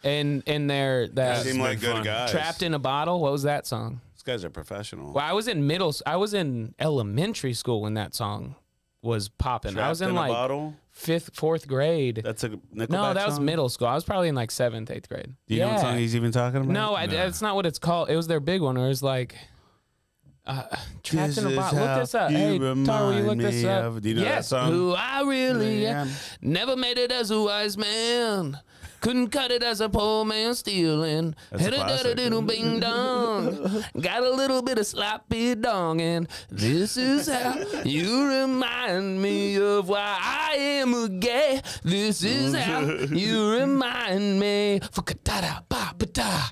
[SPEAKER 3] and and their that
[SPEAKER 2] seemed like
[SPEAKER 1] been
[SPEAKER 2] good
[SPEAKER 1] fun.
[SPEAKER 2] guys.
[SPEAKER 3] trapped in a bottle. What was that song?
[SPEAKER 2] These guys are professional.
[SPEAKER 3] Well, I was in middle. I was in elementary school when that song was popping. I was
[SPEAKER 2] Trapped
[SPEAKER 3] in,
[SPEAKER 2] in a
[SPEAKER 3] like
[SPEAKER 2] bottle.
[SPEAKER 3] fifth, fourth grade.
[SPEAKER 2] That's a Nickelback
[SPEAKER 3] no, that was
[SPEAKER 2] song?
[SPEAKER 3] middle school. I was probably in like seventh, eighth grade.
[SPEAKER 2] Do you know what song he's even talking about?
[SPEAKER 3] No, I, that's not what it's called. It was their big one. Where it was like uh, trapped
[SPEAKER 2] This
[SPEAKER 3] in a
[SPEAKER 2] is
[SPEAKER 3] bottle. Look
[SPEAKER 2] how
[SPEAKER 3] this up.
[SPEAKER 2] you
[SPEAKER 3] Hey, Tar, will you look
[SPEAKER 2] remind
[SPEAKER 3] this
[SPEAKER 2] me
[SPEAKER 3] up?
[SPEAKER 2] of- Do you know that
[SPEAKER 3] yes,
[SPEAKER 2] song?
[SPEAKER 3] who I really
[SPEAKER 2] Yeah.
[SPEAKER 3] am. Never made it as a wise man. Couldn't cut it as a poor man stealing.
[SPEAKER 2] That's a
[SPEAKER 3] Had a
[SPEAKER 2] classic.
[SPEAKER 3] diddle bing dong. Got a little bit of sloppy dong, and this is how you remind me of why I am a gay. This is how you remind me. Fukatara ba ba da.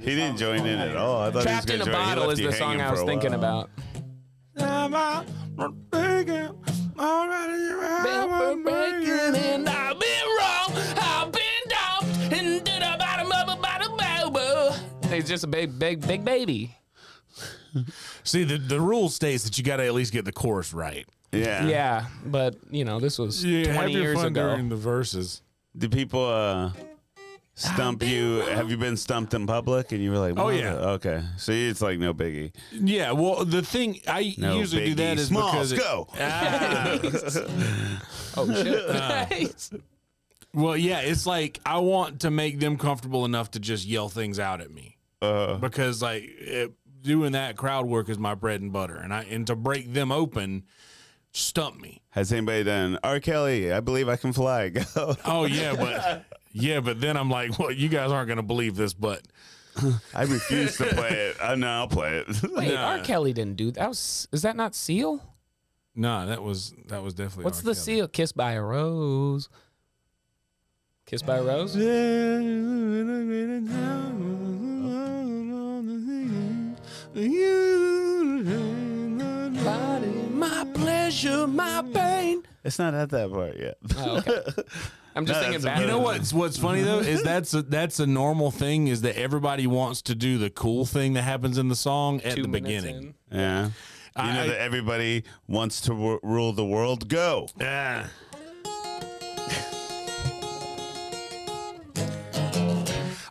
[SPEAKER 2] He didn't join in at all. I thought
[SPEAKER 3] Trapped
[SPEAKER 2] he
[SPEAKER 3] in
[SPEAKER 2] was
[SPEAKER 3] a
[SPEAKER 2] gonna join. He
[SPEAKER 3] Bottle
[SPEAKER 2] left
[SPEAKER 3] is
[SPEAKER 2] you
[SPEAKER 3] the song
[SPEAKER 2] hanging
[SPEAKER 3] I
[SPEAKER 2] for
[SPEAKER 3] was
[SPEAKER 2] a
[SPEAKER 3] thinking
[SPEAKER 2] while.
[SPEAKER 3] about. Been breaking and I've been wrong. I've been dumped and did a bottom of a bottom bubble. He's just a big, big, big baby.
[SPEAKER 1] See, the, the rule states that you got to at least get the chorus right.
[SPEAKER 2] Yeah.
[SPEAKER 3] Yeah, but you know this was 20 years ago.
[SPEAKER 1] the verses.
[SPEAKER 2] Do people uh, stump you? Have you been stumped in public? And you were like,
[SPEAKER 1] Oh,
[SPEAKER 2] "What?"
[SPEAKER 1] yeah.
[SPEAKER 2] okay. So it's like no biggie.
[SPEAKER 1] Yeah, well, the thing I
[SPEAKER 2] No
[SPEAKER 1] usually do
[SPEAKER 2] biggie.
[SPEAKER 1] that is because
[SPEAKER 2] Smalls,
[SPEAKER 1] it-
[SPEAKER 2] go.
[SPEAKER 1] Ah.
[SPEAKER 3] [LAUGHS] Oh
[SPEAKER 1] [LAUGHS]
[SPEAKER 3] shit! [LAUGHS]
[SPEAKER 1] well, yeah, it's like I want to make them comfortable enough to just yell things out at me
[SPEAKER 2] Uh,
[SPEAKER 1] because like it, doing that crowd work is my bread and butter, and I and to break them open stump me.
[SPEAKER 2] has anybody done R. Kelly? I believe I can fly. [LAUGHS] Go.
[SPEAKER 1] Oh yeah, but yeah, but then I'm like, well, you guys aren't gonna believe this, but
[SPEAKER 2] I refuse to play it. Uh, no, I'll play it.
[SPEAKER 3] Wait,
[SPEAKER 1] Nah.
[SPEAKER 3] R. Kelly didn't do that. Was, is that not Seal?
[SPEAKER 1] nah, that was that was definitely.
[SPEAKER 3] What's
[SPEAKER 1] R.
[SPEAKER 3] the
[SPEAKER 1] Kelly.
[SPEAKER 3] Seal? Kiss by a Rose. Kiss by a Rose. Body, my pleasure, my pain.
[SPEAKER 2] [LAUGHS] it's not at that part yet.
[SPEAKER 3] Oh, [LAUGHS] okay. I'm just
[SPEAKER 2] No,
[SPEAKER 3] thinking
[SPEAKER 2] that's a-
[SPEAKER 3] back.
[SPEAKER 1] You know what's what's funny though is that's a, that's a normal thing is that everybody wants to do the cool thing that happens in the song at
[SPEAKER 3] Two
[SPEAKER 1] the
[SPEAKER 3] minutes
[SPEAKER 1] beginning.
[SPEAKER 3] in.
[SPEAKER 2] Yeah. You know
[SPEAKER 1] I-
[SPEAKER 2] that everybody wants to w- rule the world. Go.
[SPEAKER 1] Yeah. [LAUGHS]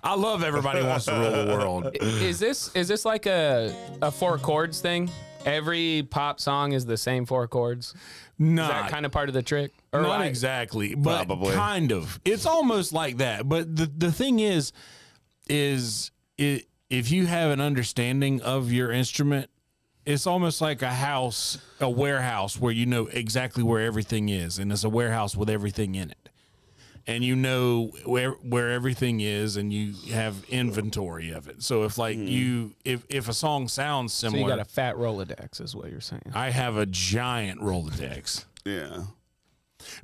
[SPEAKER 1] I love everybody wants to rule the world.
[SPEAKER 3] Is this is this like a a four chords thing? Every pop song is the same four chords. Is
[SPEAKER 1] Nah,
[SPEAKER 3] that kind of part of the trick? Or
[SPEAKER 1] not
[SPEAKER 3] I-
[SPEAKER 1] exactly, but
[SPEAKER 2] Probably.
[SPEAKER 1] kind of. It's almost like that. But the the thing is, is it, if you have an understanding of your instrument, it's almost like a house, a warehouse where you know exactly where everything is, and it's a warehouse with everything in it, and you know where where everything is, and you have inventory of it. So if like you if if a song sounds
[SPEAKER 3] Hmm. So
[SPEAKER 1] similar,
[SPEAKER 3] you got a fat Rolodex, is what you're saying.
[SPEAKER 1] I have a giant Rolodex.
[SPEAKER 2] Yeah.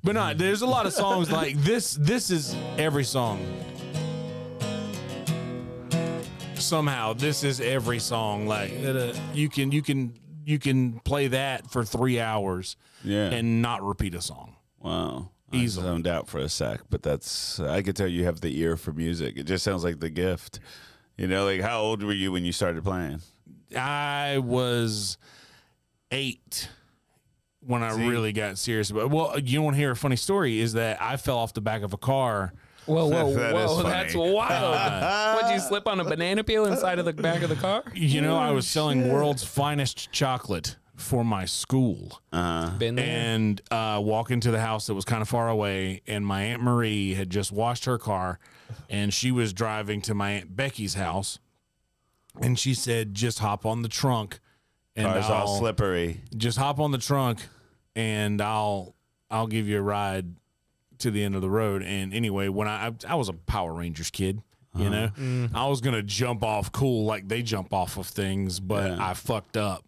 [SPEAKER 1] But no, there's a lot of songs like this. This is every song. Somehow, this is every song. Like uh, you can you can you can play that for three hours
[SPEAKER 2] Yeah.
[SPEAKER 1] and not repeat a song.
[SPEAKER 2] Wow.
[SPEAKER 1] Easily.
[SPEAKER 2] I zoned out for a sec, but that's, I could tell you have the ear for music. It just sounds like the gift. You know, like how old were you when you started playing?
[SPEAKER 1] I was eight when I really got serious about. Well, you want to hear a funny story? Is that I fell off the back of a car. [LAUGHS]
[SPEAKER 3] Whoa, whoa,
[SPEAKER 2] That is
[SPEAKER 3] whoa!
[SPEAKER 2] funny.
[SPEAKER 3] That's wild. Would you slip on a banana peel inside of the back of
[SPEAKER 1] [LAUGHS]
[SPEAKER 3] the car?
[SPEAKER 1] You know, I was selling world's finest chocolate for my school.
[SPEAKER 2] Uh-huh.
[SPEAKER 3] Been there.
[SPEAKER 1] and uh, walk into the house that was kind of far away. And my aunt Marie had just washed her car, and she was driving to my aunt Becky's house. And she said, "Just hop on the trunk, and
[SPEAKER 2] Ours
[SPEAKER 1] I'll
[SPEAKER 2] Oh, all slippery.
[SPEAKER 1] just hop on the trunk, and I'll I'll give you a ride to the end of the road." And anyway, when I I, I was a Power Rangers kid. You know, I was gonna jump off cool like they jump off of things, but I fucked up.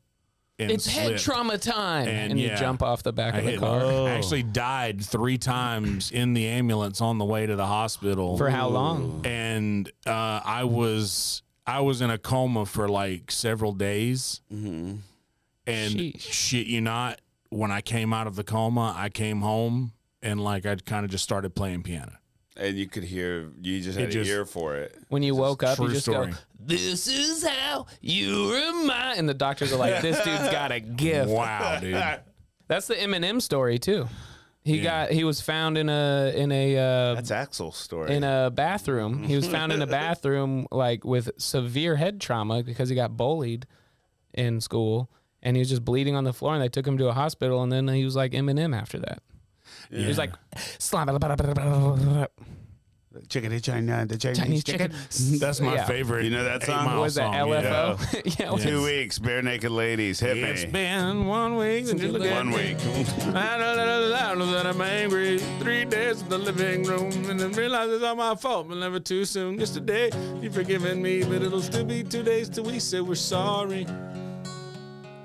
[SPEAKER 1] And
[SPEAKER 3] It's head
[SPEAKER 1] slipped.
[SPEAKER 3] trauma time, and,
[SPEAKER 1] And
[SPEAKER 3] you
[SPEAKER 1] yeah.
[SPEAKER 3] jump off the back
[SPEAKER 1] I
[SPEAKER 3] of the
[SPEAKER 1] hit-
[SPEAKER 3] car.
[SPEAKER 1] I actually died three times in the ambulance on the way to the hospital.
[SPEAKER 3] For how long?
[SPEAKER 1] And uh, I was I was in a coma for like several days. And
[SPEAKER 3] Mm-hmm. Sheesh.
[SPEAKER 1] shit, you not. When I came out of the coma, I came home and like I kind of just started playing piano.
[SPEAKER 2] And you could hear, you just had
[SPEAKER 1] It just-
[SPEAKER 2] an ear for it.
[SPEAKER 3] When you woke up, you
[SPEAKER 1] true
[SPEAKER 3] just
[SPEAKER 1] story.
[SPEAKER 3] go, "This is how you remind." And the doctors are like, "This dude's got a gift." [LAUGHS]
[SPEAKER 1] Wow, dude!
[SPEAKER 3] That's the Eminem story too. He
[SPEAKER 2] Yeah.
[SPEAKER 3] got he was found in a in a uh,
[SPEAKER 2] That's Axel's story.
[SPEAKER 3] in a bathroom. He was
[SPEAKER 1] [LAUGHS]
[SPEAKER 3] found in a bathroom like with severe head trauma because he got bullied in school and he was just bleeding on the floor and they took him to a hospital and then he was like Eminem after that. He was like slap
[SPEAKER 2] chicken, China, the Chinese,
[SPEAKER 3] Chinese chicken.
[SPEAKER 1] That's my
[SPEAKER 3] Yeah.
[SPEAKER 1] favorite.
[SPEAKER 2] You know that
[SPEAKER 1] Eight
[SPEAKER 2] song?
[SPEAKER 1] Mile
[SPEAKER 2] What
[SPEAKER 3] Was that
[SPEAKER 1] song, yeah.
[SPEAKER 3] LFO? [LAUGHS] Yeah, it was-
[SPEAKER 2] Two weeks, bare naked ladies, hit
[SPEAKER 1] It's
[SPEAKER 2] me.
[SPEAKER 1] been one week since you looked at
[SPEAKER 2] One
[SPEAKER 1] me.
[SPEAKER 2] week. [LAUGHS]
[SPEAKER 1] I know that I know that I'm angry. Three days in the living room, and then realize it's all my fault, but never too soon. Just a day, you've forgiven me, but it'll still be two days till we say we're sorry.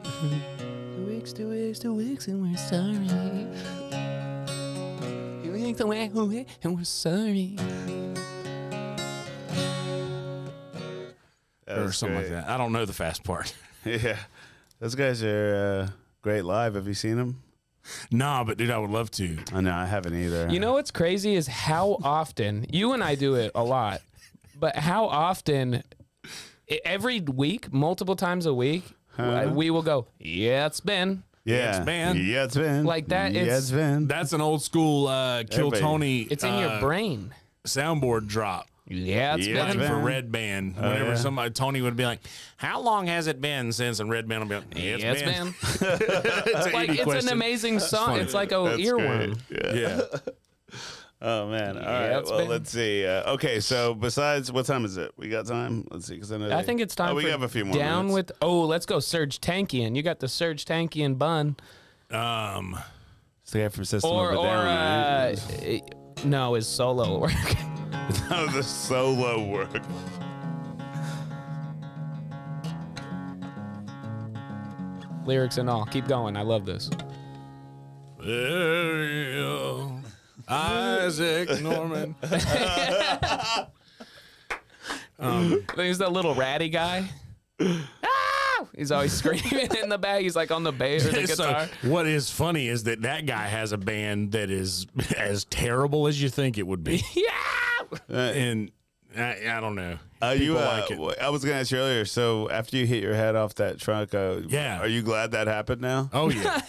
[SPEAKER 3] Two weeks, two weeks, two weeks, and we're sorry. Two weeks away, away, and we're sorry.
[SPEAKER 2] That
[SPEAKER 1] or
[SPEAKER 2] was
[SPEAKER 1] something
[SPEAKER 2] great.
[SPEAKER 1] like that. I don't know the fast part. [LAUGHS]
[SPEAKER 2] Yeah, those guys are uh, great live. Have you seen them?
[SPEAKER 1] nah, but dude, I would love to.
[SPEAKER 2] Oh, no, I haven't either.
[SPEAKER 3] You know what's crazy
[SPEAKER 2] [LAUGHS]
[SPEAKER 3] is how often you and I do it a lot, but how often e- every week, multiple times a week,
[SPEAKER 2] Huh?
[SPEAKER 3] we will go, Yeah, it's been.
[SPEAKER 2] yeah,
[SPEAKER 1] it's been.
[SPEAKER 2] Yeah, it's been
[SPEAKER 3] Like that,
[SPEAKER 2] Yeah,
[SPEAKER 3] it's-
[SPEAKER 2] it's been.
[SPEAKER 1] That's an old school uh, Kill
[SPEAKER 2] Everybody-
[SPEAKER 1] Tony.
[SPEAKER 3] It's in
[SPEAKER 1] uh,
[SPEAKER 3] your brain.
[SPEAKER 1] soundboard drop.
[SPEAKER 3] Yeah, it's
[SPEAKER 2] Yeah,
[SPEAKER 1] Like
[SPEAKER 3] been.
[SPEAKER 2] it's
[SPEAKER 1] for
[SPEAKER 2] been.
[SPEAKER 1] Red Band, whenever
[SPEAKER 2] yeah.
[SPEAKER 1] somebody Tony would be like, "How long has it been since?" and Red Band would be like, "Yeah, it's
[SPEAKER 3] yeah, it's
[SPEAKER 1] been."
[SPEAKER 2] [LAUGHS]
[SPEAKER 3] been. [LAUGHS]
[SPEAKER 1] it's
[SPEAKER 3] like it's an amazing song.
[SPEAKER 1] funny.
[SPEAKER 3] It's like a earworm.
[SPEAKER 2] great. Yeah.
[SPEAKER 1] [LAUGHS] Yeah,
[SPEAKER 2] Oh man. All right.
[SPEAKER 3] Yeah, it's
[SPEAKER 2] Well,
[SPEAKER 3] been-
[SPEAKER 2] let's see. Uh, okay. So besides, what time is it? We got time. Let's see. Because I know.
[SPEAKER 3] I
[SPEAKER 2] they-
[SPEAKER 3] think it's time.
[SPEAKER 2] Oh, we
[SPEAKER 3] for
[SPEAKER 2] have a few more.
[SPEAKER 3] Down
[SPEAKER 2] minutes.
[SPEAKER 3] with oh, let's go, Serge Tankian. You got the Serge Tankian bun,
[SPEAKER 1] um,
[SPEAKER 2] It's the guy from System
[SPEAKER 3] or
[SPEAKER 2] of a
[SPEAKER 3] or
[SPEAKER 2] Down.
[SPEAKER 3] uh,
[SPEAKER 2] right?
[SPEAKER 3] no, his solo [LAUGHS] work. uh,
[SPEAKER 2] [LAUGHS] Oh, the solo work.
[SPEAKER 3] Lyrics and all. Keep going. I love this.
[SPEAKER 1] Ariel, Isaac Norman.
[SPEAKER 3] He's that little
[SPEAKER 1] [LAUGHS]
[SPEAKER 3] ratty guy. Ah! He's always screaming in the back. He's like on the bass or
[SPEAKER 1] [LAUGHS]
[SPEAKER 3] the
[SPEAKER 1] so
[SPEAKER 3] guitar.
[SPEAKER 1] what is funny is that that guy has a band that is [LAUGHS] as terrible as you think it would
[SPEAKER 3] [LAUGHS]
[SPEAKER 1] be,
[SPEAKER 3] yeah.
[SPEAKER 1] and I, I don't know.
[SPEAKER 2] Uh, you,
[SPEAKER 1] People
[SPEAKER 2] uh,
[SPEAKER 1] like
[SPEAKER 2] [LAUGHS]
[SPEAKER 1] it.
[SPEAKER 2] w- I was gonna ask you earlier. So after you hit your head off that trunk, uh,
[SPEAKER 1] Yeah.
[SPEAKER 2] are you glad that happened now?
[SPEAKER 1] Oh
[SPEAKER 3] [LAUGHS]
[SPEAKER 1] yeah.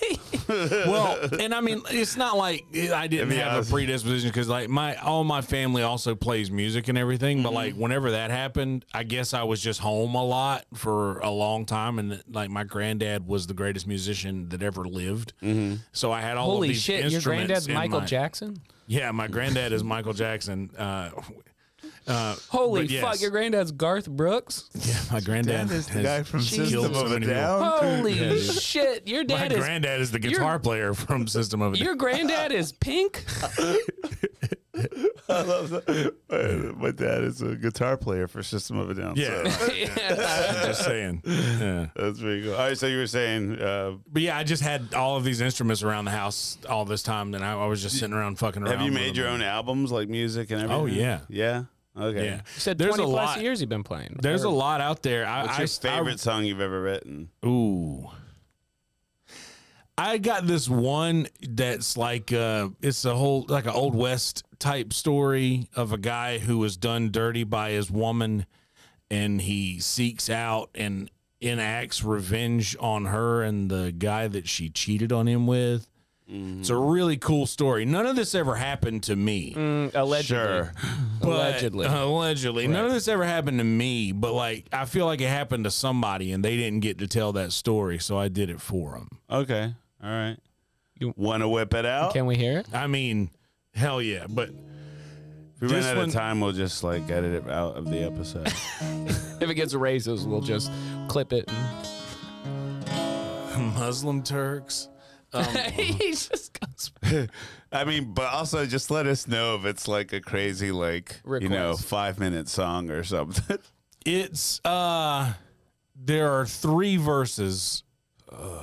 [SPEAKER 1] well, and I mean, it's not like I didn't
[SPEAKER 2] If you
[SPEAKER 1] have a
[SPEAKER 2] ask-
[SPEAKER 1] predisposition because like my all my family also plays music and everything. But
[SPEAKER 2] Mm-hmm.
[SPEAKER 1] like whenever that happened, I guess I was just home a lot for a long time, and like my granddad was the greatest musician that ever lived.
[SPEAKER 2] Mm-hmm.
[SPEAKER 1] So I had all
[SPEAKER 3] Holy
[SPEAKER 1] of these
[SPEAKER 3] shit! Your
[SPEAKER 1] instruments
[SPEAKER 3] granddad's
[SPEAKER 1] in
[SPEAKER 3] Michael
[SPEAKER 1] my-
[SPEAKER 3] Jackson.
[SPEAKER 1] Yeah, my granddad is Michael Jackson. Uh, uh,
[SPEAKER 3] Holy
[SPEAKER 1] but
[SPEAKER 3] fuck!
[SPEAKER 1] yes.
[SPEAKER 3] Your granddad's
[SPEAKER 1] [LAUGHS]
[SPEAKER 3] Garth Brooks.
[SPEAKER 1] yeah, my granddad
[SPEAKER 2] That is the
[SPEAKER 1] has
[SPEAKER 2] guy from
[SPEAKER 1] killed
[SPEAKER 2] System
[SPEAKER 1] so
[SPEAKER 2] of a
[SPEAKER 1] many people.
[SPEAKER 2] Down.
[SPEAKER 3] Holy shit! Your
[SPEAKER 1] My
[SPEAKER 3] dad is
[SPEAKER 1] granddad is the guitar player from System of a Down.
[SPEAKER 3] your granddad
[SPEAKER 1] [LAUGHS]
[SPEAKER 3] is pink. [LAUGHS]
[SPEAKER 2] I [LAUGHS] love that. Uh, My dad is a guitar player for System of a Down.
[SPEAKER 1] Yeah.
[SPEAKER 2] so
[SPEAKER 1] I'm just saying. Yeah.
[SPEAKER 2] [LAUGHS] that's pretty cool. All right, so you were saying, uh,
[SPEAKER 1] But yeah, I just had all of these instruments around the house all this time, and I, I was just sitting around fucking around.
[SPEAKER 2] have you
[SPEAKER 1] with
[SPEAKER 2] made
[SPEAKER 1] them.
[SPEAKER 2] your own albums, like music and everything?
[SPEAKER 1] Oh, yeah.
[SPEAKER 2] yeah. Okay.
[SPEAKER 1] Yeah,
[SPEAKER 3] You said
[SPEAKER 1] there's
[SPEAKER 3] 20
[SPEAKER 1] a
[SPEAKER 3] plus
[SPEAKER 1] lot.
[SPEAKER 3] years you've been playing.
[SPEAKER 1] There's a
[SPEAKER 3] Or-
[SPEAKER 1] lot out there. I,
[SPEAKER 2] What's
[SPEAKER 1] I,
[SPEAKER 2] your favorite song you've ever written?
[SPEAKER 1] I, ooh, I got this one that's like uh, it's a whole like an old west type story of a guy who was done dirty by his woman, and he seeks out and enacts revenge on her and the guy that she cheated on him with. It's a really cool story. None of this ever happened to me.
[SPEAKER 3] Mm, allegedly.
[SPEAKER 2] Sure.
[SPEAKER 1] But- uh,
[SPEAKER 3] allegedly.
[SPEAKER 1] allegedly. None of this ever happened to me, but like I feel like it happened to somebody and they didn't get to tell that story, so I did it for them.
[SPEAKER 2] Okay. All right.
[SPEAKER 3] You-
[SPEAKER 2] want to whip it out?
[SPEAKER 3] Can we hear it?
[SPEAKER 1] I mean, hell yeah, but [LAUGHS]
[SPEAKER 2] if we run
[SPEAKER 1] this
[SPEAKER 2] out
[SPEAKER 1] one-
[SPEAKER 2] of time, we'll just like edit it out of the [LAUGHS] episode.
[SPEAKER 3] If it gets raises, we'll just clip it.
[SPEAKER 1] Muslim Turks.
[SPEAKER 3] um, [LAUGHS] he just goes.
[SPEAKER 2] I mean, but also just let us know if it's like a crazy, like you know,
[SPEAKER 3] Request.
[SPEAKER 2] five minute song or something. [LAUGHS]
[SPEAKER 1] It's uh there are three verses.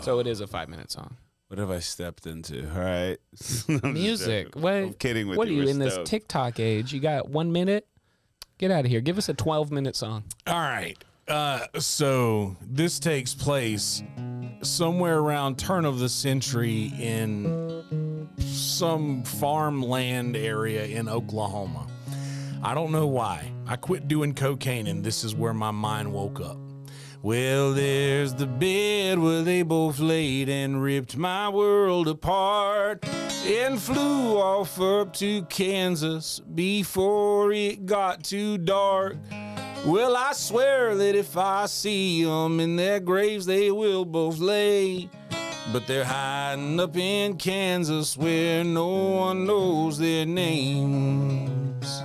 [SPEAKER 3] So it is a five minute song.
[SPEAKER 2] what have I stepped into? All right, [LAUGHS] I'm just
[SPEAKER 3] Music.
[SPEAKER 2] joking.
[SPEAKER 3] What?
[SPEAKER 2] I'm kidding with
[SPEAKER 3] what
[SPEAKER 2] you.
[SPEAKER 3] are you
[SPEAKER 2] We're
[SPEAKER 3] in this
[SPEAKER 2] stoked.
[SPEAKER 3] TikTok age? You got one minute? Get out of here. Give us a 12 minute song.
[SPEAKER 1] All right. Uh so this takes place somewhere around turn of the century in some farmland area in Oklahoma. I don't know why. I quit doing cocaine and this is where my mind woke up. Well, there's the bed where they both laid and ripped my world apart and flew off up to Kansas before it got too dark. Well, I swear that if I see 'em in their graves, they will both lay. But they're hiding up in Kansas where no one knows their names.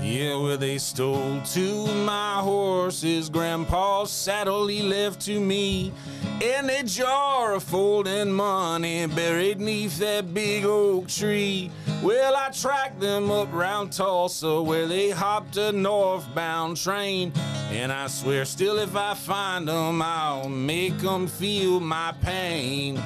[SPEAKER 1] Yeah, well, they stole two of my horses. Grandpa's saddle he left to me. And a jar of folding money buried neath that big oak tree. Well, I tracked them up round Tulsa where they hopped a northbound train. And I swear, still, if I find 'em, I'll make 'em feel my pain.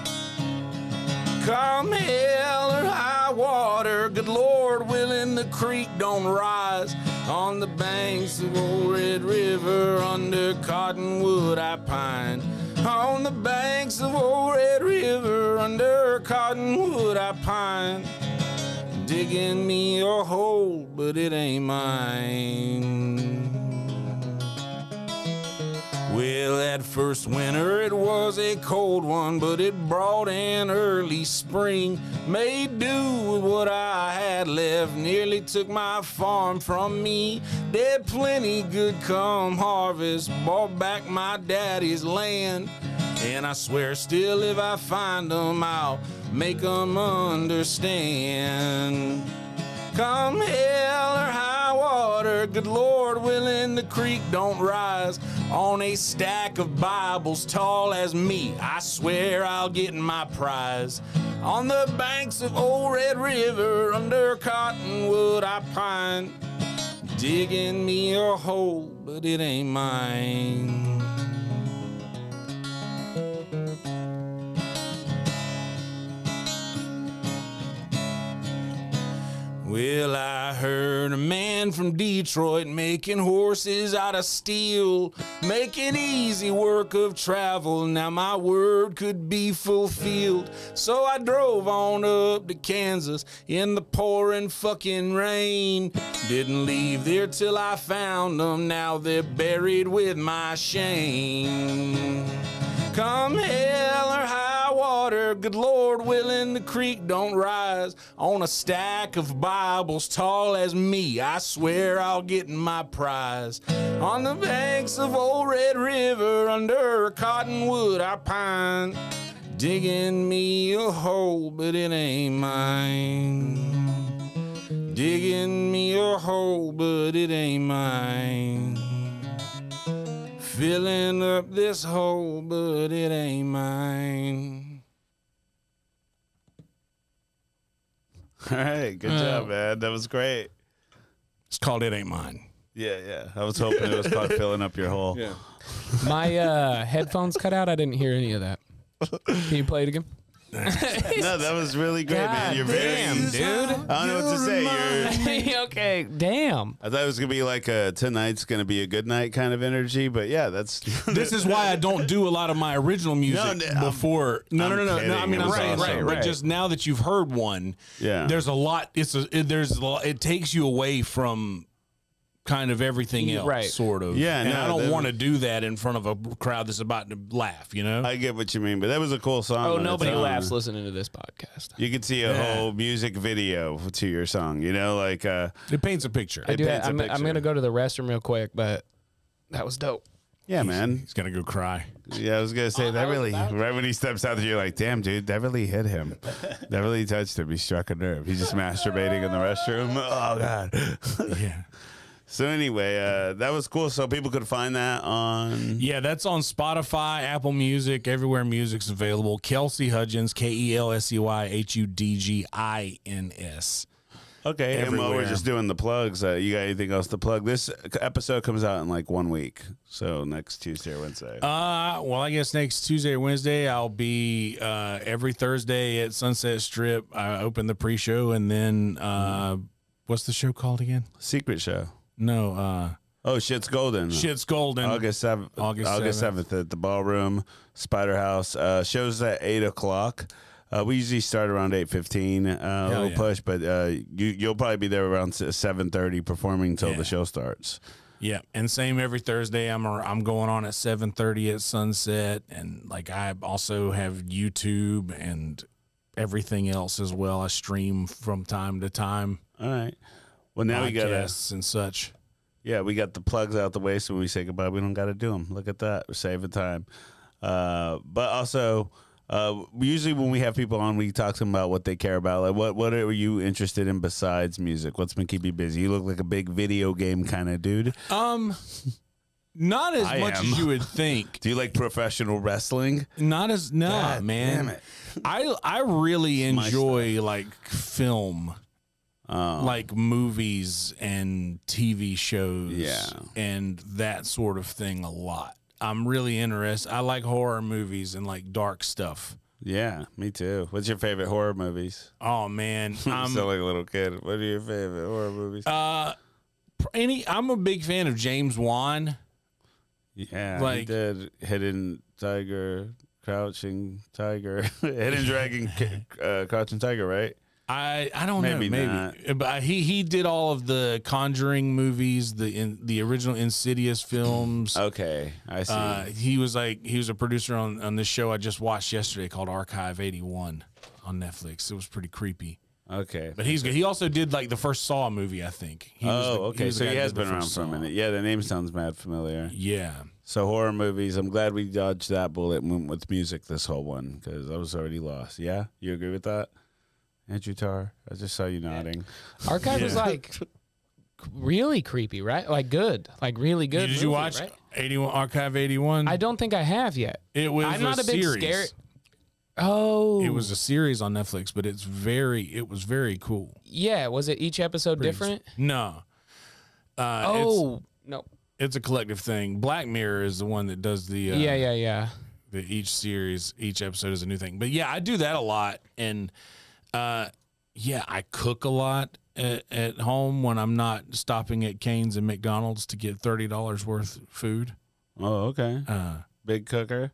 [SPEAKER 1] Come hell or high water, good Lord willing the creek don't rise. On the banks of old Red River, under cottonwood I pine. On the banks of old Red River, under cottonwood I pine. Digging me a hole, but it ain't mine. Well, that first winter it was a cold one, but it brought an early spring. Made do with what I had left, nearly took my farm from me. Did plenty good come harvest, bought back my daddy's land. And I swear, still, if I find 'em, I'll make 'em understand. Come hell or high water, good Lord willing the creek don't rise. On a stack of Bibles tall as me, I swear I'll get my prize. On the banks of old Red River, under cottonwood I pine, digging me a hole, but it ain't mine. Well, I heard a man from Detroit making horses out of steel, making easy work of travel. Now my word could be fulfilled. So I drove on up to Kansas in the pouring fucking rain. Didn't leave there till I found them. Now they're buried with my shame. Come hell or high water, good Lord willing, the creek don't rise. On a stack of Bibles tall as me, I swear I'll get my prize. On the banks of old Red River, under a cottonwood I pine, digging me a hole, but it ain't mine. Digging me a hole, but it ain't mine. Filling up this hole, but it ain't mine.
[SPEAKER 2] All right, good
[SPEAKER 3] Oh.
[SPEAKER 2] job, man. That was great.
[SPEAKER 1] It's called It Ain't Mine.
[SPEAKER 2] Yeah, yeah. I was hoping
[SPEAKER 3] [LAUGHS]
[SPEAKER 2] it was called filling up your hole. Yeah.
[SPEAKER 3] My uh, headphones cut out. I didn't hear any of that. Can you play it again?
[SPEAKER 2] No, that was really great, man.
[SPEAKER 3] God
[SPEAKER 2] You're very.
[SPEAKER 1] Damn, dude.
[SPEAKER 2] I don't know what to say. You're.
[SPEAKER 3] [LAUGHS] okay, damn.
[SPEAKER 2] I thought it was gonna be like a tonight's gonna be a good night kind of energy, but
[SPEAKER 1] [LAUGHS]
[SPEAKER 2] yeah, that's
[SPEAKER 1] This is why I don't do a lot of my original music
[SPEAKER 2] no, I'm-
[SPEAKER 1] before. No,
[SPEAKER 2] I'm
[SPEAKER 1] no, no, no, no. I
[SPEAKER 2] kidding.
[SPEAKER 1] mean,
[SPEAKER 2] It
[SPEAKER 1] I'm
[SPEAKER 2] was
[SPEAKER 1] saying,
[SPEAKER 2] awesome.
[SPEAKER 1] but just now that you've heard one,
[SPEAKER 2] Yeah.
[SPEAKER 1] there's a lot. It's a, it, there's a lot, it takes you away from kind of everything else,
[SPEAKER 3] Right.
[SPEAKER 1] sort of.
[SPEAKER 2] Yeah,
[SPEAKER 1] and
[SPEAKER 2] no,
[SPEAKER 1] I don't
[SPEAKER 2] that
[SPEAKER 1] want to do that in front of a crowd that's about to laugh. You know,
[SPEAKER 2] I get what you mean, but that was a cool song.
[SPEAKER 3] Oh,
[SPEAKER 2] on its
[SPEAKER 3] nobody
[SPEAKER 2] own.
[SPEAKER 3] laughs listening to this podcast.
[SPEAKER 2] You could see a whole music video to your song, you know, like uh
[SPEAKER 1] it paints a picture.
[SPEAKER 3] I do.
[SPEAKER 2] paints a
[SPEAKER 3] I'm, I'm
[SPEAKER 2] picture.
[SPEAKER 3] gonna go to the restroom real quick, but that was dope.
[SPEAKER 2] yeah, man.
[SPEAKER 1] He's gonna go
[SPEAKER 2] [LAUGHS]
[SPEAKER 1] cry.
[SPEAKER 2] Yeah, I was gonna say that really right when he steps out there, you're like, damn dude, that really hit him. that really touched him. He struck a nerve. He's just masturbating in the restroom. Oh god.
[SPEAKER 1] Yeah.
[SPEAKER 2] so anyway, uh that was cool. So people could find that on
[SPEAKER 1] Yeah, that's on Spotify, Apple Music, everywhere music's available. Kelsey Hudgens, K E L S E Y H U D G I N S.
[SPEAKER 2] Okay, and while we're
[SPEAKER 1] everywhere.
[SPEAKER 2] just doing the plugs, uh, you got anything else to plug? This episode comes out in like one week, so next Tuesday or Wednesday.
[SPEAKER 1] Uh, well, I guess next Tuesday or Wednesday, I'll be uh, every Thursday at Sunset Strip. I open the pre show, and then uh, what's the show called again?
[SPEAKER 2] Secret show.
[SPEAKER 1] No, uh,
[SPEAKER 2] Oh, shit's golden.
[SPEAKER 1] Shit's Golden.
[SPEAKER 2] August seventh.
[SPEAKER 1] August
[SPEAKER 2] August,
[SPEAKER 1] 7th.
[SPEAKER 2] seventh at the ballroom Spider House. Uh, shows at eight o'clock. Uh, we usually start around eight fifteen. Uh, a
[SPEAKER 1] Hell
[SPEAKER 2] little
[SPEAKER 1] yeah.
[SPEAKER 2] push, but uh, you you'll probably be there around seven thirty performing till
[SPEAKER 1] Yeah.
[SPEAKER 2] the show starts.
[SPEAKER 5] Yeah, and same every Thursday. I'm ar- I'm going on at seven thirty at sunset, and like I also have YouTube and everything else as well. I stream from time to time,
[SPEAKER 2] All right. Well, now we got to
[SPEAKER 5] podcasts and such.
[SPEAKER 2] Yeah, we got the plugs out the way, so when we say goodbye, we don't got to do them. Look at that, we're saving time. Uh, but also, uh, usually when we have people on, we talk to them about what they care about. Like, what what are you interested in besides music? What's been keeping you busy? You look like a big video game kind of dude.
[SPEAKER 5] Um, not as
[SPEAKER 2] I
[SPEAKER 5] much
[SPEAKER 2] am.
[SPEAKER 5] as you would think.
[SPEAKER 2] Do you like professional wrestling?
[SPEAKER 5] [LAUGHS] Not as no
[SPEAKER 2] God
[SPEAKER 5] man.
[SPEAKER 2] damn it.
[SPEAKER 5] I I really
[SPEAKER 2] my
[SPEAKER 5] enjoy like film,
[SPEAKER 2] Oh,
[SPEAKER 5] like movies and TV shows,
[SPEAKER 2] Yeah.
[SPEAKER 5] and that sort of thing a lot. I'm really interested. I like horror movies and like dark stuff.
[SPEAKER 2] yeah, me too. What's your favorite horror movies? [LAUGHS]
[SPEAKER 5] Oh man,
[SPEAKER 2] i
[SPEAKER 5] I'm
[SPEAKER 2] sound like a little kid. What are your favorite horror movies?
[SPEAKER 5] uh, any. I'm a big fan of James Wan.
[SPEAKER 2] Yeah, he
[SPEAKER 5] Like-
[SPEAKER 2] did Hidden Tiger, Crouching
[SPEAKER 5] [LAUGHS]
[SPEAKER 2] Tiger, Hidden Dragon, c- uh, Crouching Tiger, right?
[SPEAKER 5] I I don't
[SPEAKER 2] Maybe
[SPEAKER 5] know maybe Uh, but he he did all of the Conjuring movies the in, the original Insidious films
[SPEAKER 2] Okay, I Oh, see.
[SPEAKER 5] Uh, he was like he was a producer on on this show I just watched yesterday called Archive 81 on Netflix. It was pretty creepy.
[SPEAKER 2] okay.
[SPEAKER 5] But he's good. He also did like the first Saw movie, I think. He was
[SPEAKER 2] oh,
[SPEAKER 5] the-
[SPEAKER 2] okay.
[SPEAKER 5] was the
[SPEAKER 2] So
[SPEAKER 5] guy
[SPEAKER 2] he
[SPEAKER 5] who
[SPEAKER 2] has
[SPEAKER 5] did the
[SPEAKER 2] been around
[SPEAKER 5] first
[SPEAKER 2] for a
[SPEAKER 5] Saw.
[SPEAKER 2] minute. Yeah, the name sounds mad familiar.
[SPEAKER 5] Yeah.
[SPEAKER 2] So horror movies. I'm glad we dodged that bullet and went with music this whole one because I was already lost. Yeah, you agree with that, Andrew Tar? I just saw you nodding.
[SPEAKER 3] Archive was
[SPEAKER 5] Yeah.
[SPEAKER 3] like really creepy, right? Like good, like really good.
[SPEAKER 5] did
[SPEAKER 3] movie,
[SPEAKER 5] you watch
[SPEAKER 3] right?
[SPEAKER 5] 81 Archive 81?
[SPEAKER 3] I don't think I have yet.
[SPEAKER 5] it was
[SPEAKER 3] I'm
[SPEAKER 5] a
[SPEAKER 3] not a big
[SPEAKER 5] series.
[SPEAKER 3] scary. Oh,
[SPEAKER 5] It was a series on Netflix, but it's very it was very cool.
[SPEAKER 3] yeah. Was it each episode different?
[SPEAKER 5] No. Uh, it's,
[SPEAKER 3] Oh no.
[SPEAKER 5] it's a collective thing. Black Mirror is the one that does the uh,
[SPEAKER 3] Yeah, yeah, yeah.
[SPEAKER 5] that each series, each episode is a new thing. But yeah, I do that a lot, and uh, yeah, I cook a lot at, at home when I'm not stopping at Canes and McDonald's to get thirty dollars worth of food.
[SPEAKER 2] Oh, okay.
[SPEAKER 5] Uh,
[SPEAKER 2] Big cooker.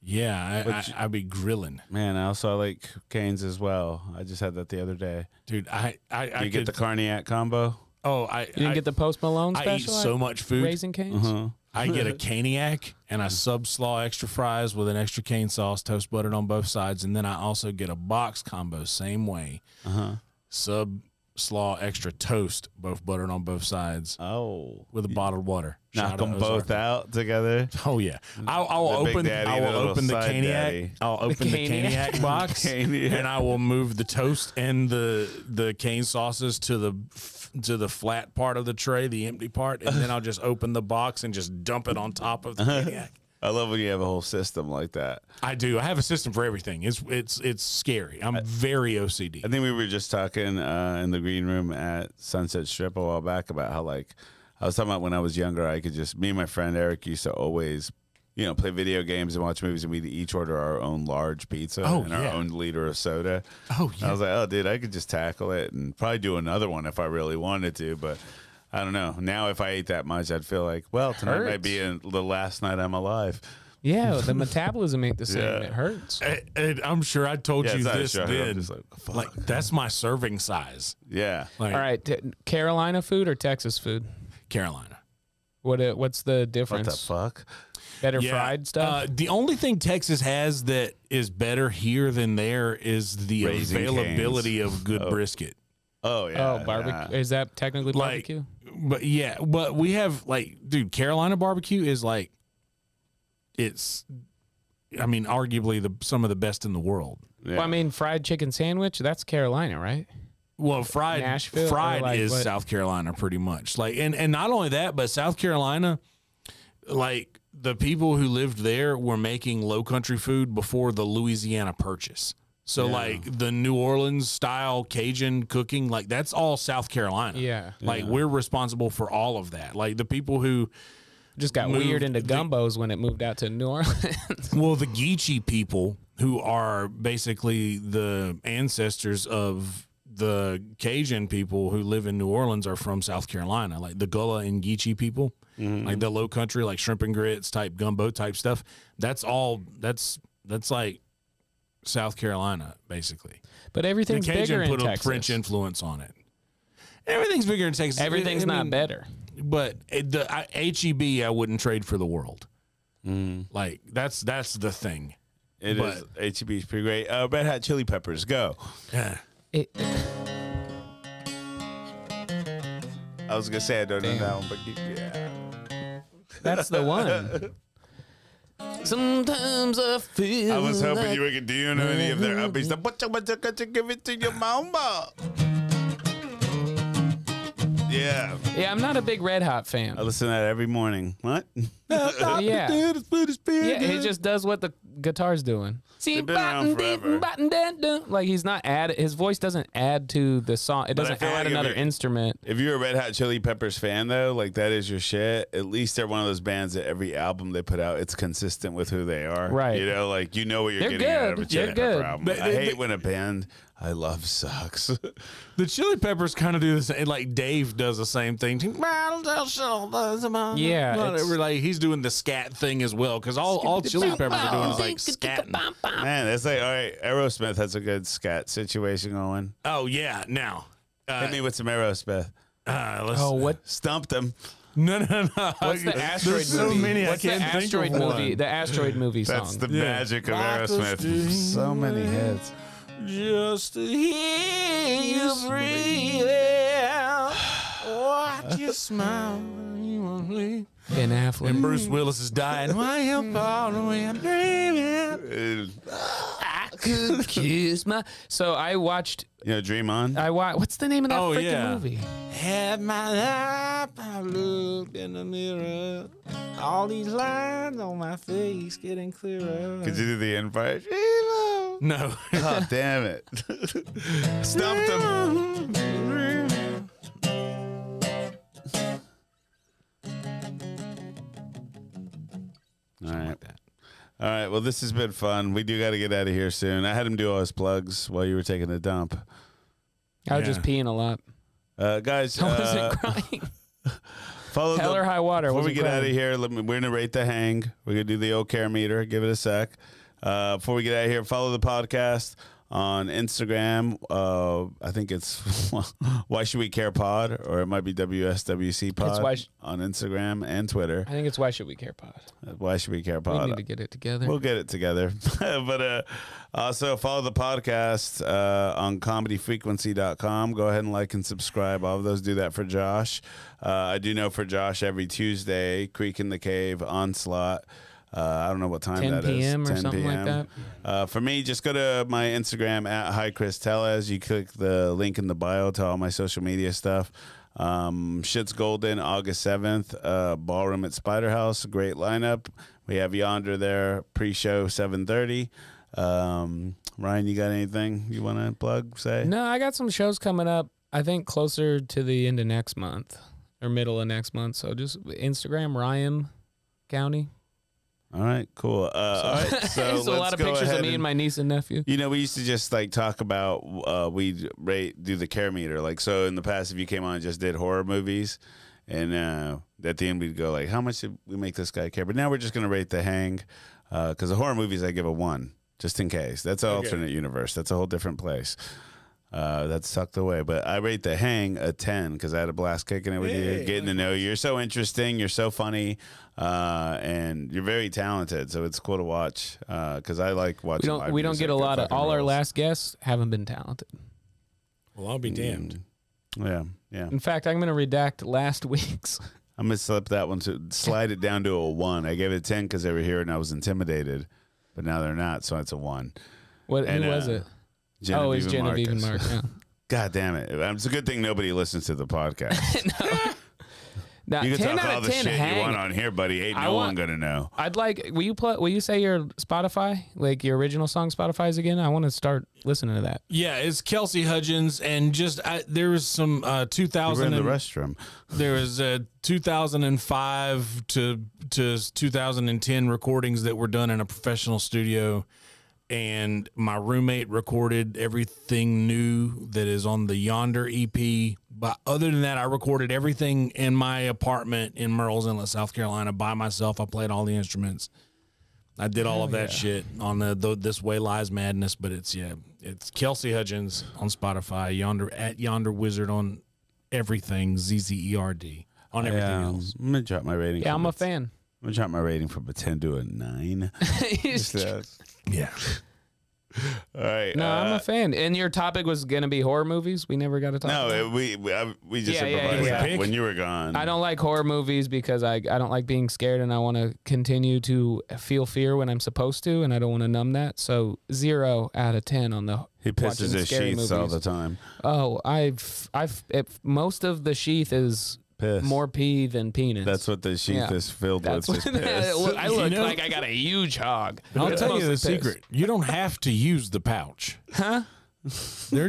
[SPEAKER 5] yeah, I,
[SPEAKER 2] But you-
[SPEAKER 5] I, I be grilling,
[SPEAKER 2] Man, I also like Canes as well. I just had that the other day.
[SPEAKER 5] dude. I I, I
[SPEAKER 2] You
[SPEAKER 5] could,
[SPEAKER 2] get the Carniac combo.
[SPEAKER 5] oh I
[SPEAKER 3] You didn't
[SPEAKER 5] I,
[SPEAKER 3] get the Post Malone
[SPEAKER 5] I eat
[SPEAKER 3] special.
[SPEAKER 5] so much food.
[SPEAKER 3] Raising Cane's.
[SPEAKER 2] Uh-huh. [LAUGHS]
[SPEAKER 5] I get a caniac and I sub slaw extra fries with an extra cane sauce, toast buttered on both sides, and then I also get a box combo same way.
[SPEAKER 2] Uh-huh.
[SPEAKER 5] sub slaw extra toast, both buttered on both sides
[SPEAKER 2] Oh.
[SPEAKER 5] with a bottled water.
[SPEAKER 2] Knock
[SPEAKER 5] Shout out
[SPEAKER 2] them both
[SPEAKER 5] Ozark.
[SPEAKER 2] out together.
[SPEAKER 5] Oh yeah, I'll, I'll
[SPEAKER 2] The big
[SPEAKER 5] open.
[SPEAKER 2] daddy,
[SPEAKER 5] I
[SPEAKER 2] the
[SPEAKER 5] will
[SPEAKER 2] little
[SPEAKER 5] open the
[SPEAKER 2] side
[SPEAKER 5] caniac.
[SPEAKER 2] daddy.
[SPEAKER 5] I'll open the
[SPEAKER 3] Caniac. [LAUGHS]
[SPEAKER 5] caniac box,
[SPEAKER 2] Caniac.
[SPEAKER 5] and I will move the toast and the the cane sauces to the f- to the flat part of the tray, the empty part, and then I'll just open the box and just dump it on top of the
[SPEAKER 2] Uh-huh.
[SPEAKER 5] caniac.
[SPEAKER 2] I love when you have a whole system like that.
[SPEAKER 5] I do. I have a system for everything. It's it's it's scary. I'm very OCD.
[SPEAKER 2] I think we were just talking uh, in the green room at Sunset Strip a while back about how, like, I was talking about when I was younger, I could just, me and my friend Eric used to always, you know, play video games and watch movies, and we'd each order our own large pizza
[SPEAKER 5] Oh,
[SPEAKER 2] and
[SPEAKER 5] yeah.
[SPEAKER 2] our own liter of soda.
[SPEAKER 5] Oh
[SPEAKER 2] I was like, oh, dude, I could just tackle it and probably do another one if I really wanted to. But I don't know. Now, if I ate that much, I'd feel like, well, tonight might
[SPEAKER 3] Hurts.
[SPEAKER 2] be in the last night I'm alive.
[SPEAKER 3] Yeah, the metabolism
[SPEAKER 5] [LAUGHS]
[SPEAKER 3] ain't the same. It hurts.
[SPEAKER 5] I, I, I'm sure I told
[SPEAKER 2] Yeah,
[SPEAKER 5] you
[SPEAKER 2] it's not a
[SPEAKER 5] this
[SPEAKER 2] show. I'm
[SPEAKER 5] then.
[SPEAKER 2] just like, fuck.
[SPEAKER 5] like that's my serving size.
[SPEAKER 2] yeah.
[SPEAKER 5] Like
[SPEAKER 3] All right, t- Carolina food or Texas food?
[SPEAKER 5] Carolina.
[SPEAKER 3] What? uh what's the
[SPEAKER 2] What
[SPEAKER 3] difference?
[SPEAKER 2] the fuck?
[SPEAKER 3] Better
[SPEAKER 5] Yeah.
[SPEAKER 3] fried stuff.
[SPEAKER 5] Uh, the only thing Texas has that is better here than there is the
[SPEAKER 2] Raising
[SPEAKER 5] availability of good brisket.
[SPEAKER 2] Oh, yeah.
[SPEAKER 3] oh, barbecue.
[SPEAKER 2] yeah.
[SPEAKER 3] Is that technically
[SPEAKER 5] Like,
[SPEAKER 3] barbecue?
[SPEAKER 5] but yeah, but we have like, dude, Carolina barbecue is like, it's, I mean, arguably the some of the best in the world.
[SPEAKER 2] Yeah.
[SPEAKER 3] Well, I mean, fried chicken sandwich. That's Carolina, right?
[SPEAKER 5] Well, fried
[SPEAKER 3] Nashville or,
[SPEAKER 5] fried
[SPEAKER 3] like,
[SPEAKER 5] is
[SPEAKER 3] what?
[SPEAKER 5] South Carolina pretty much. Like and and not only that, but South Carolina like the people who lived there were making low country food before the Louisiana purchase. So like the New Orleans style Cajun cooking, like that's all South Carolina.
[SPEAKER 3] Yeah.
[SPEAKER 5] Like we're responsible for all of that. Like the people who
[SPEAKER 3] Just got
[SPEAKER 5] Moved
[SPEAKER 3] weird into
[SPEAKER 5] the-
[SPEAKER 3] gumbos when it moved out to New Orleans. [LAUGHS]
[SPEAKER 5] Well, the Geechee people, who are basically the ancestors of the Cajun people who live in New Orleans, are from South Carolina. Like the Gullah and Geechee people, like the Low Country, like shrimp and grits type gumbo type stuff. That's all. That's that's like South Carolina, basically.
[SPEAKER 3] but
[SPEAKER 5] The
[SPEAKER 3] everything's bigger
[SPEAKER 5] Cajun
[SPEAKER 3] in
[SPEAKER 5] put a
[SPEAKER 3] Texas.
[SPEAKER 5] French influence on it. Everything's bigger in Texas.
[SPEAKER 3] Everything's
[SPEAKER 5] I
[SPEAKER 3] not
[SPEAKER 5] mean,
[SPEAKER 3] better.
[SPEAKER 5] but it, the I, HEB I wouldn't trade for the world. Like that's that's the thing.
[SPEAKER 2] It is HEB is pretty great. Uh, Red Hot Chili Peppers, go.
[SPEAKER 5] Yeah.
[SPEAKER 3] It,
[SPEAKER 2] I was gonna say I don't know that one, but you- yeah.
[SPEAKER 3] that's the one. [LAUGHS] Sometimes I feel.
[SPEAKER 2] I was hoping
[SPEAKER 3] like-
[SPEAKER 2] you were. gonna- Do you know any of their upbeats? The butcha butcha butcha, give it to your mama. Yeah,
[SPEAKER 3] Yeah, I'm not a big Red Hot fan.
[SPEAKER 2] I listen to that every morning. What?
[SPEAKER 3] Yeah. Yeah,
[SPEAKER 2] Yeah,
[SPEAKER 3] he just does what the guitar's doing. See,
[SPEAKER 2] been around forever.
[SPEAKER 3] Like he's not add his voice doesn't add to the song. It
[SPEAKER 2] I
[SPEAKER 3] doesn't
[SPEAKER 2] feel
[SPEAKER 3] add
[SPEAKER 2] like if
[SPEAKER 3] another
[SPEAKER 2] it-
[SPEAKER 3] instrument.
[SPEAKER 2] If you're a Red Hot Chili Peppers fan, though, like that is your shit. At least they're one of those bands that every album they put out, it's consistent with who they are.
[SPEAKER 3] Right.
[SPEAKER 2] You know, like you know what you're
[SPEAKER 3] They're
[SPEAKER 2] getting out of a
[SPEAKER 3] good.
[SPEAKER 2] Chili
[SPEAKER 3] They're
[SPEAKER 2] Pepper
[SPEAKER 3] good.
[SPEAKER 2] album.
[SPEAKER 5] But
[SPEAKER 2] I
[SPEAKER 5] they-
[SPEAKER 2] hate
[SPEAKER 5] they-
[SPEAKER 2] when a band I love sucks. [LAUGHS]
[SPEAKER 5] The Chili Peppers kind of do the same. Like Dave does the same thing.
[SPEAKER 3] Yeah,
[SPEAKER 5] Well,
[SPEAKER 3] it's-
[SPEAKER 5] like he's doing the scat thing as well because all all Chili Peppers are doing is like scatting.
[SPEAKER 2] Man, that's like all right. Aerosmith has a good scat situation going.
[SPEAKER 5] Oh yeah, now. Uh,
[SPEAKER 2] Hit me with some Aerosmith.
[SPEAKER 5] uh, let's,
[SPEAKER 3] Oh, what?
[SPEAKER 2] Stumped them.
[SPEAKER 5] [LAUGHS] No, no, no.
[SPEAKER 3] What's the asteroid
[SPEAKER 5] There's so
[SPEAKER 3] movie?
[SPEAKER 5] many
[SPEAKER 3] What's
[SPEAKER 5] I
[SPEAKER 3] the
[SPEAKER 5] can't
[SPEAKER 3] asteroid
[SPEAKER 5] think of
[SPEAKER 3] movie?
[SPEAKER 5] one.
[SPEAKER 3] The asteroid
[SPEAKER 2] [LAUGHS]
[SPEAKER 3] movie
[SPEAKER 2] That's
[SPEAKER 3] song.
[SPEAKER 2] the
[SPEAKER 5] Yeah.
[SPEAKER 2] magic of
[SPEAKER 5] Like a
[SPEAKER 2] Aerosmith.
[SPEAKER 5] string.
[SPEAKER 2] So many hits.
[SPEAKER 5] Just to hear you breathing, watch you smile. when you are leaving.
[SPEAKER 3] Ben Affleck.
[SPEAKER 5] And Bruce Willis is dying. Why you far away? I'm dreaming.
[SPEAKER 2] Uh,
[SPEAKER 3] I could kiss my. So I watched.
[SPEAKER 2] You know, Dream On.
[SPEAKER 3] I watched. What's the name of that
[SPEAKER 5] Oh,
[SPEAKER 3] freaking
[SPEAKER 5] yeah.
[SPEAKER 3] movie?
[SPEAKER 5] Had my life, I looked in the mirror. All these lines on my face getting clearer.
[SPEAKER 2] Could you do the end part?
[SPEAKER 5] No. [LAUGHS]
[SPEAKER 2] Oh, damn it. Stumped them. All right. All right. Well, this has been fun. We do got to get out of here soon. I had him do all his plugs while you were taking a dump.
[SPEAKER 3] I was just
[SPEAKER 5] Yeah.
[SPEAKER 3] peeing a lot.
[SPEAKER 2] Uh,
[SPEAKER 3] [LAUGHS]
[SPEAKER 2] guys,
[SPEAKER 3] I
[SPEAKER 2] uh,
[SPEAKER 3] wasn't crying.
[SPEAKER 2] follow
[SPEAKER 3] Hell
[SPEAKER 2] the,
[SPEAKER 3] or high water. I
[SPEAKER 2] Before we
[SPEAKER 3] wasn't
[SPEAKER 2] get
[SPEAKER 3] crying.
[SPEAKER 2] out of here, let me, we're gonna rate the hang. We're gonna do the old care meter. Give it a sec. Uh, before we get out of here, follow the podcast on Instagram. Uh, I think it's [LAUGHS] Why Should We Care Pod, or it might be WSWC Pod
[SPEAKER 3] Why Sh-
[SPEAKER 2] on Instagram and Twitter.
[SPEAKER 3] I think it's Why Should We Care Pod.
[SPEAKER 2] Why Should We Care
[SPEAKER 3] We
[SPEAKER 2] Pod?
[SPEAKER 3] need to get it together.
[SPEAKER 2] We'll get it together. [LAUGHS] but uh, also follow the podcast uh, on comedyfrequency.com. Go ahead and like and subscribe. All of those do that for Josh. Uh, I do know for Josh every Tuesday, Creek in the Cave, Onslaught. Uh, I don't know what time
[SPEAKER 3] 10
[SPEAKER 2] that is.
[SPEAKER 3] p.m. or something like that.
[SPEAKER 2] Uh, for me, just go to my Instagram at Hi Chris Tellez. You click the link in the bio to all my social media stuff. Um, Shit's Golden, August 7th, uh, Ballroom at Spider House. Great lineup. We have Yonder there, pre show 7.30. Um, Ryan, you got anything you want to plug, say?
[SPEAKER 3] No, I got some shows coming up. I think closer to the end of next month or middle of next month. So just Instagram Ryan County.
[SPEAKER 2] All right, cool. Uh, all right,
[SPEAKER 3] [LAUGHS]
[SPEAKER 2] so
[SPEAKER 3] There's a
[SPEAKER 2] let's
[SPEAKER 3] lot of
[SPEAKER 2] go
[SPEAKER 3] pictures
[SPEAKER 2] ahead
[SPEAKER 3] of me and my niece and nephew.
[SPEAKER 2] You know, we used to just like talk about uh, we rate do the care meter. Like so, in the past, if you came on and just did horror movies, and uh, at the end we'd go like, how much did we make this guy care? But now we're just gonna rate the hang because the horror movies I give a one just in case. That's an alternate universe. That's a whole different place. Uh, that's tucked away, but I rate the hang a ten because I had a blast kicking it with you, getting to know you. You're so interesting, you're so funny, uh, and you're very talented. So it's cool to watch because I like watching.
[SPEAKER 3] We don't
[SPEAKER 2] live
[SPEAKER 3] we don't
[SPEAKER 2] music.
[SPEAKER 3] get a
[SPEAKER 2] It
[SPEAKER 3] lot of
[SPEAKER 2] fucking
[SPEAKER 3] all our
[SPEAKER 2] rules.
[SPEAKER 3] last guests haven't been talented.
[SPEAKER 5] Well, I'll be damned.
[SPEAKER 2] Yeah, yeah.
[SPEAKER 3] In fact, I'm gonna redact last [LAUGHS] week's.
[SPEAKER 2] I'm gonna slip that one to slide it down to a one. I gave it a ten because they were here and I was intimidated, but now they're not, so it's a one.
[SPEAKER 3] What
[SPEAKER 2] And,
[SPEAKER 3] who was
[SPEAKER 2] uh,
[SPEAKER 3] it?
[SPEAKER 2] Genevieve
[SPEAKER 3] oh, it's Genevieve and Mark. Yeah.
[SPEAKER 2] God damn it! Um, It's a good thing nobody listens to the podcast.
[SPEAKER 3] [LAUGHS] Now,
[SPEAKER 2] You can
[SPEAKER 3] ten
[SPEAKER 2] talk
[SPEAKER 3] out
[SPEAKER 2] all
[SPEAKER 3] of
[SPEAKER 2] the
[SPEAKER 3] ten.
[SPEAKER 2] shit you want
[SPEAKER 3] Hang.
[SPEAKER 2] on here, buddy. Ain't
[SPEAKER 3] I
[SPEAKER 2] no one
[SPEAKER 3] want-
[SPEAKER 2] gonna know.
[SPEAKER 3] I'd like. Will you play? Will you say your Spotify, like your original song Spotify's again? I want to start listening to that.
[SPEAKER 5] Yeah, it's Kelsey Hudgens, and just I, there was some uh, two
[SPEAKER 2] We're in
[SPEAKER 5] thousand.
[SPEAKER 2] the restroom.
[SPEAKER 5] there was uh, two thousand and five to to two thousand and ten recordings that were done in a professional studio, and my roommate recorded everything new that is on the Yonder EP. But other than that, I recorded everything in my apartment in Merle's Inlet, South Carolina, by myself. I played all the instruments. I did all of that shit on the, the This Way Lies Madness, but it's yeah, it's Kelsey Hudgens on Spotify, Yonder at Yonder Wizard on everything, Z Z E R D. on everything
[SPEAKER 2] Yeah, I'm
[SPEAKER 5] else.
[SPEAKER 2] gonna drop my rating.
[SPEAKER 3] Yeah,
[SPEAKER 2] from
[SPEAKER 3] I'm a
[SPEAKER 2] a ten-
[SPEAKER 3] fan.
[SPEAKER 2] I'm gonna drop my rating from a ten to a
[SPEAKER 3] [LAUGHS]
[SPEAKER 2] nine. Yeah.
[SPEAKER 5] Yeah.
[SPEAKER 2] All right.
[SPEAKER 3] no, I'm
[SPEAKER 2] uh,
[SPEAKER 3] a fan. And your topic was gonna be horror movies. We never got to talk.
[SPEAKER 2] No,
[SPEAKER 3] about.
[SPEAKER 2] it, we we, I, we just
[SPEAKER 3] Yeah, yeah,
[SPEAKER 2] improvised
[SPEAKER 5] yeah.
[SPEAKER 2] that
[SPEAKER 5] Pick.
[SPEAKER 2] when you were gone.
[SPEAKER 3] I don't like horror movies because I I don't like being scared, and I want to continue to feel fear when I'm supposed to, and I don't want to numb that. So zero out of ten on the.
[SPEAKER 2] He pisses
[SPEAKER 3] watching
[SPEAKER 2] his sheets
[SPEAKER 3] scary
[SPEAKER 2] all
[SPEAKER 3] movies.
[SPEAKER 2] the time.
[SPEAKER 3] Oh, I've I've it, most of the sheath is
[SPEAKER 2] Piss.
[SPEAKER 3] more pee than penis.
[SPEAKER 2] That's what the sheath
[SPEAKER 3] Yeah.
[SPEAKER 2] is filled
[SPEAKER 3] That's
[SPEAKER 2] with. is
[SPEAKER 3] what [LAUGHS]
[SPEAKER 2] piss.
[SPEAKER 3] I
[SPEAKER 5] You
[SPEAKER 3] look
[SPEAKER 5] know-
[SPEAKER 3] like. I got a huge hog.
[SPEAKER 5] I'll
[SPEAKER 3] It's
[SPEAKER 5] tell you the
[SPEAKER 3] mostly piss.
[SPEAKER 5] secret. You don't have to use the pouch.
[SPEAKER 3] huh?
[SPEAKER 5] They're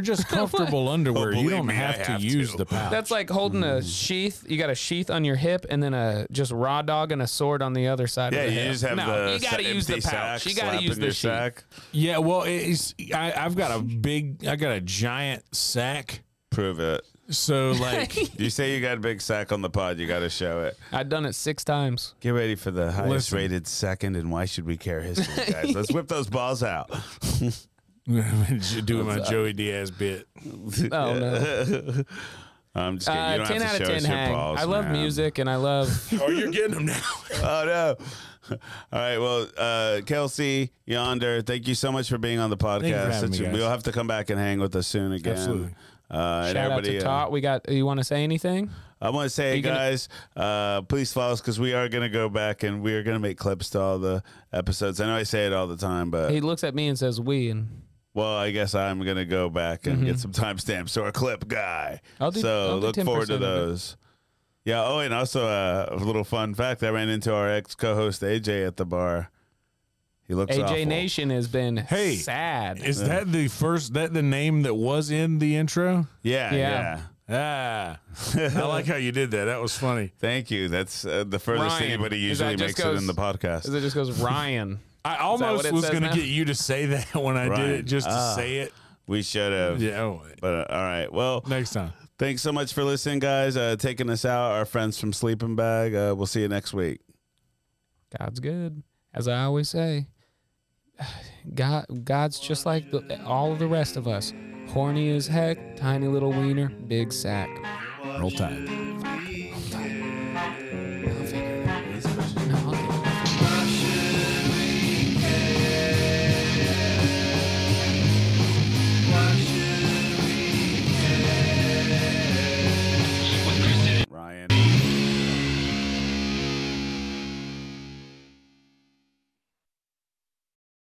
[SPEAKER 3] [LAUGHS]
[SPEAKER 5] just comfortable underwear. you
[SPEAKER 2] Oh, believe
[SPEAKER 5] don't
[SPEAKER 2] me, I
[SPEAKER 5] have to
[SPEAKER 2] have
[SPEAKER 5] use
[SPEAKER 2] to.
[SPEAKER 5] the pouch.
[SPEAKER 3] That's like holding a
[SPEAKER 2] Mm.
[SPEAKER 3] sheath. You got a sheath on your hip, and then a just raw dog and a sword on the other side.
[SPEAKER 2] Yeah,
[SPEAKER 3] of the
[SPEAKER 2] you [LAUGHS]
[SPEAKER 3] hip.
[SPEAKER 2] just have
[SPEAKER 3] no,
[SPEAKER 2] the
[SPEAKER 3] you gotta
[SPEAKER 2] sa-
[SPEAKER 3] use the
[SPEAKER 2] empty
[SPEAKER 3] pouch.
[SPEAKER 2] sack
[SPEAKER 3] you gotta
[SPEAKER 2] slapping
[SPEAKER 3] use the
[SPEAKER 2] your
[SPEAKER 3] sheath.
[SPEAKER 2] sack.
[SPEAKER 5] yeah, well, it's I, I've got a big, I got a giant sack.
[SPEAKER 2] Prove it.
[SPEAKER 5] So
[SPEAKER 3] [LAUGHS]
[SPEAKER 5] like, [LAUGHS]
[SPEAKER 2] You say you got a big sack on the pod. You got to show it.
[SPEAKER 3] I've done it six times.
[SPEAKER 2] Get ready for the highest
[SPEAKER 5] Listen.
[SPEAKER 2] rated second. And why should we care history, guys? Let's whip those balls out.
[SPEAKER 5] doing my Joey Diaz bit.
[SPEAKER 3] Oh
[SPEAKER 2] [LAUGHS]
[SPEAKER 3] no.
[SPEAKER 2] I'm just kidding. You
[SPEAKER 3] Uh,
[SPEAKER 2] don't
[SPEAKER 3] ten
[SPEAKER 2] have to
[SPEAKER 3] out of
[SPEAKER 2] show
[SPEAKER 3] ten.
[SPEAKER 2] us your
[SPEAKER 3] Hang.
[SPEAKER 2] balls,
[SPEAKER 3] I love
[SPEAKER 2] man.
[SPEAKER 3] music, and
[SPEAKER 2] [LAUGHS]
[SPEAKER 3] I love.
[SPEAKER 5] Oh, you're getting them now.
[SPEAKER 2] Oh no. [LAUGHS] All right. Well, uh, Kelsey Yonder, thank you so much for being on the
[SPEAKER 5] you for
[SPEAKER 2] podcast.
[SPEAKER 5] having
[SPEAKER 2] It's-
[SPEAKER 5] me, guys.
[SPEAKER 2] We'll have to come back and hang with us soon again.
[SPEAKER 5] Absolutely.
[SPEAKER 2] Uh, and
[SPEAKER 3] Shout out
[SPEAKER 2] everybody,
[SPEAKER 3] to
[SPEAKER 2] uh,
[SPEAKER 3] Tot. We got. You want to say anything?
[SPEAKER 2] I want to say,
[SPEAKER 3] you gonna-
[SPEAKER 2] guys, uh, please follow us because we are going to go back and we are going to make clips to all the episodes. I know I say it all the time, but
[SPEAKER 3] He looks at me and says, "We." And
[SPEAKER 2] well, I guess I'm going to go back and get some timestamps or a clip guy.
[SPEAKER 3] Mm-hmm. I'll do-
[SPEAKER 2] so
[SPEAKER 3] I'll do
[SPEAKER 2] look forward to
[SPEAKER 3] 10% of it.
[SPEAKER 2] those. Yeah. Oh, and also uh, a little fun fact: I ran into our ex-co-host AJ at the bar. He looks
[SPEAKER 3] AJ
[SPEAKER 2] awful.
[SPEAKER 3] Nation has been
[SPEAKER 5] Hey,
[SPEAKER 3] sad.
[SPEAKER 5] [LAUGHS] Is that the first? That the name that was in the intro?
[SPEAKER 2] Yeah, yeah.
[SPEAKER 3] Yeah.
[SPEAKER 5] Ah, I like how you did that. That was funny.
[SPEAKER 2] [LAUGHS] Thank you. That's uh, the furthest
[SPEAKER 3] Ryan.
[SPEAKER 2] anybody
[SPEAKER 3] Is that
[SPEAKER 2] usually
[SPEAKER 3] just
[SPEAKER 2] makes it in
[SPEAKER 3] goes-
[SPEAKER 2] the podcast.
[SPEAKER 3] Is it just goes Ryan?
[SPEAKER 5] I
[SPEAKER 3] that what
[SPEAKER 5] almost
[SPEAKER 3] it
[SPEAKER 5] was
[SPEAKER 3] says
[SPEAKER 5] going to
[SPEAKER 3] now?
[SPEAKER 5] get you to say that [LAUGHS] when I did
[SPEAKER 2] Right.
[SPEAKER 5] it, just
[SPEAKER 2] Ah.
[SPEAKER 5] to say it.
[SPEAKER 2] we should have.
[SPEAKER 5] Yeah. oh,
[SPEAKER 2] But uh, all right. Well,
[SPEAKER 5] Next time.
[SPEAKER 2] thanks so much for listening, guys. Uh, taking us out, our friends from Sleeping Bag. Uh, we'll see you next week.
[SPEAKER 3] God's good, as I always say. [SIGHS] God, God's just like the, all the rest of us. Horny as heck, tiny little wiener, big sack. [LAUGHS]
[SPEAKER 5] Roll time.
[SPEAKER 6] If you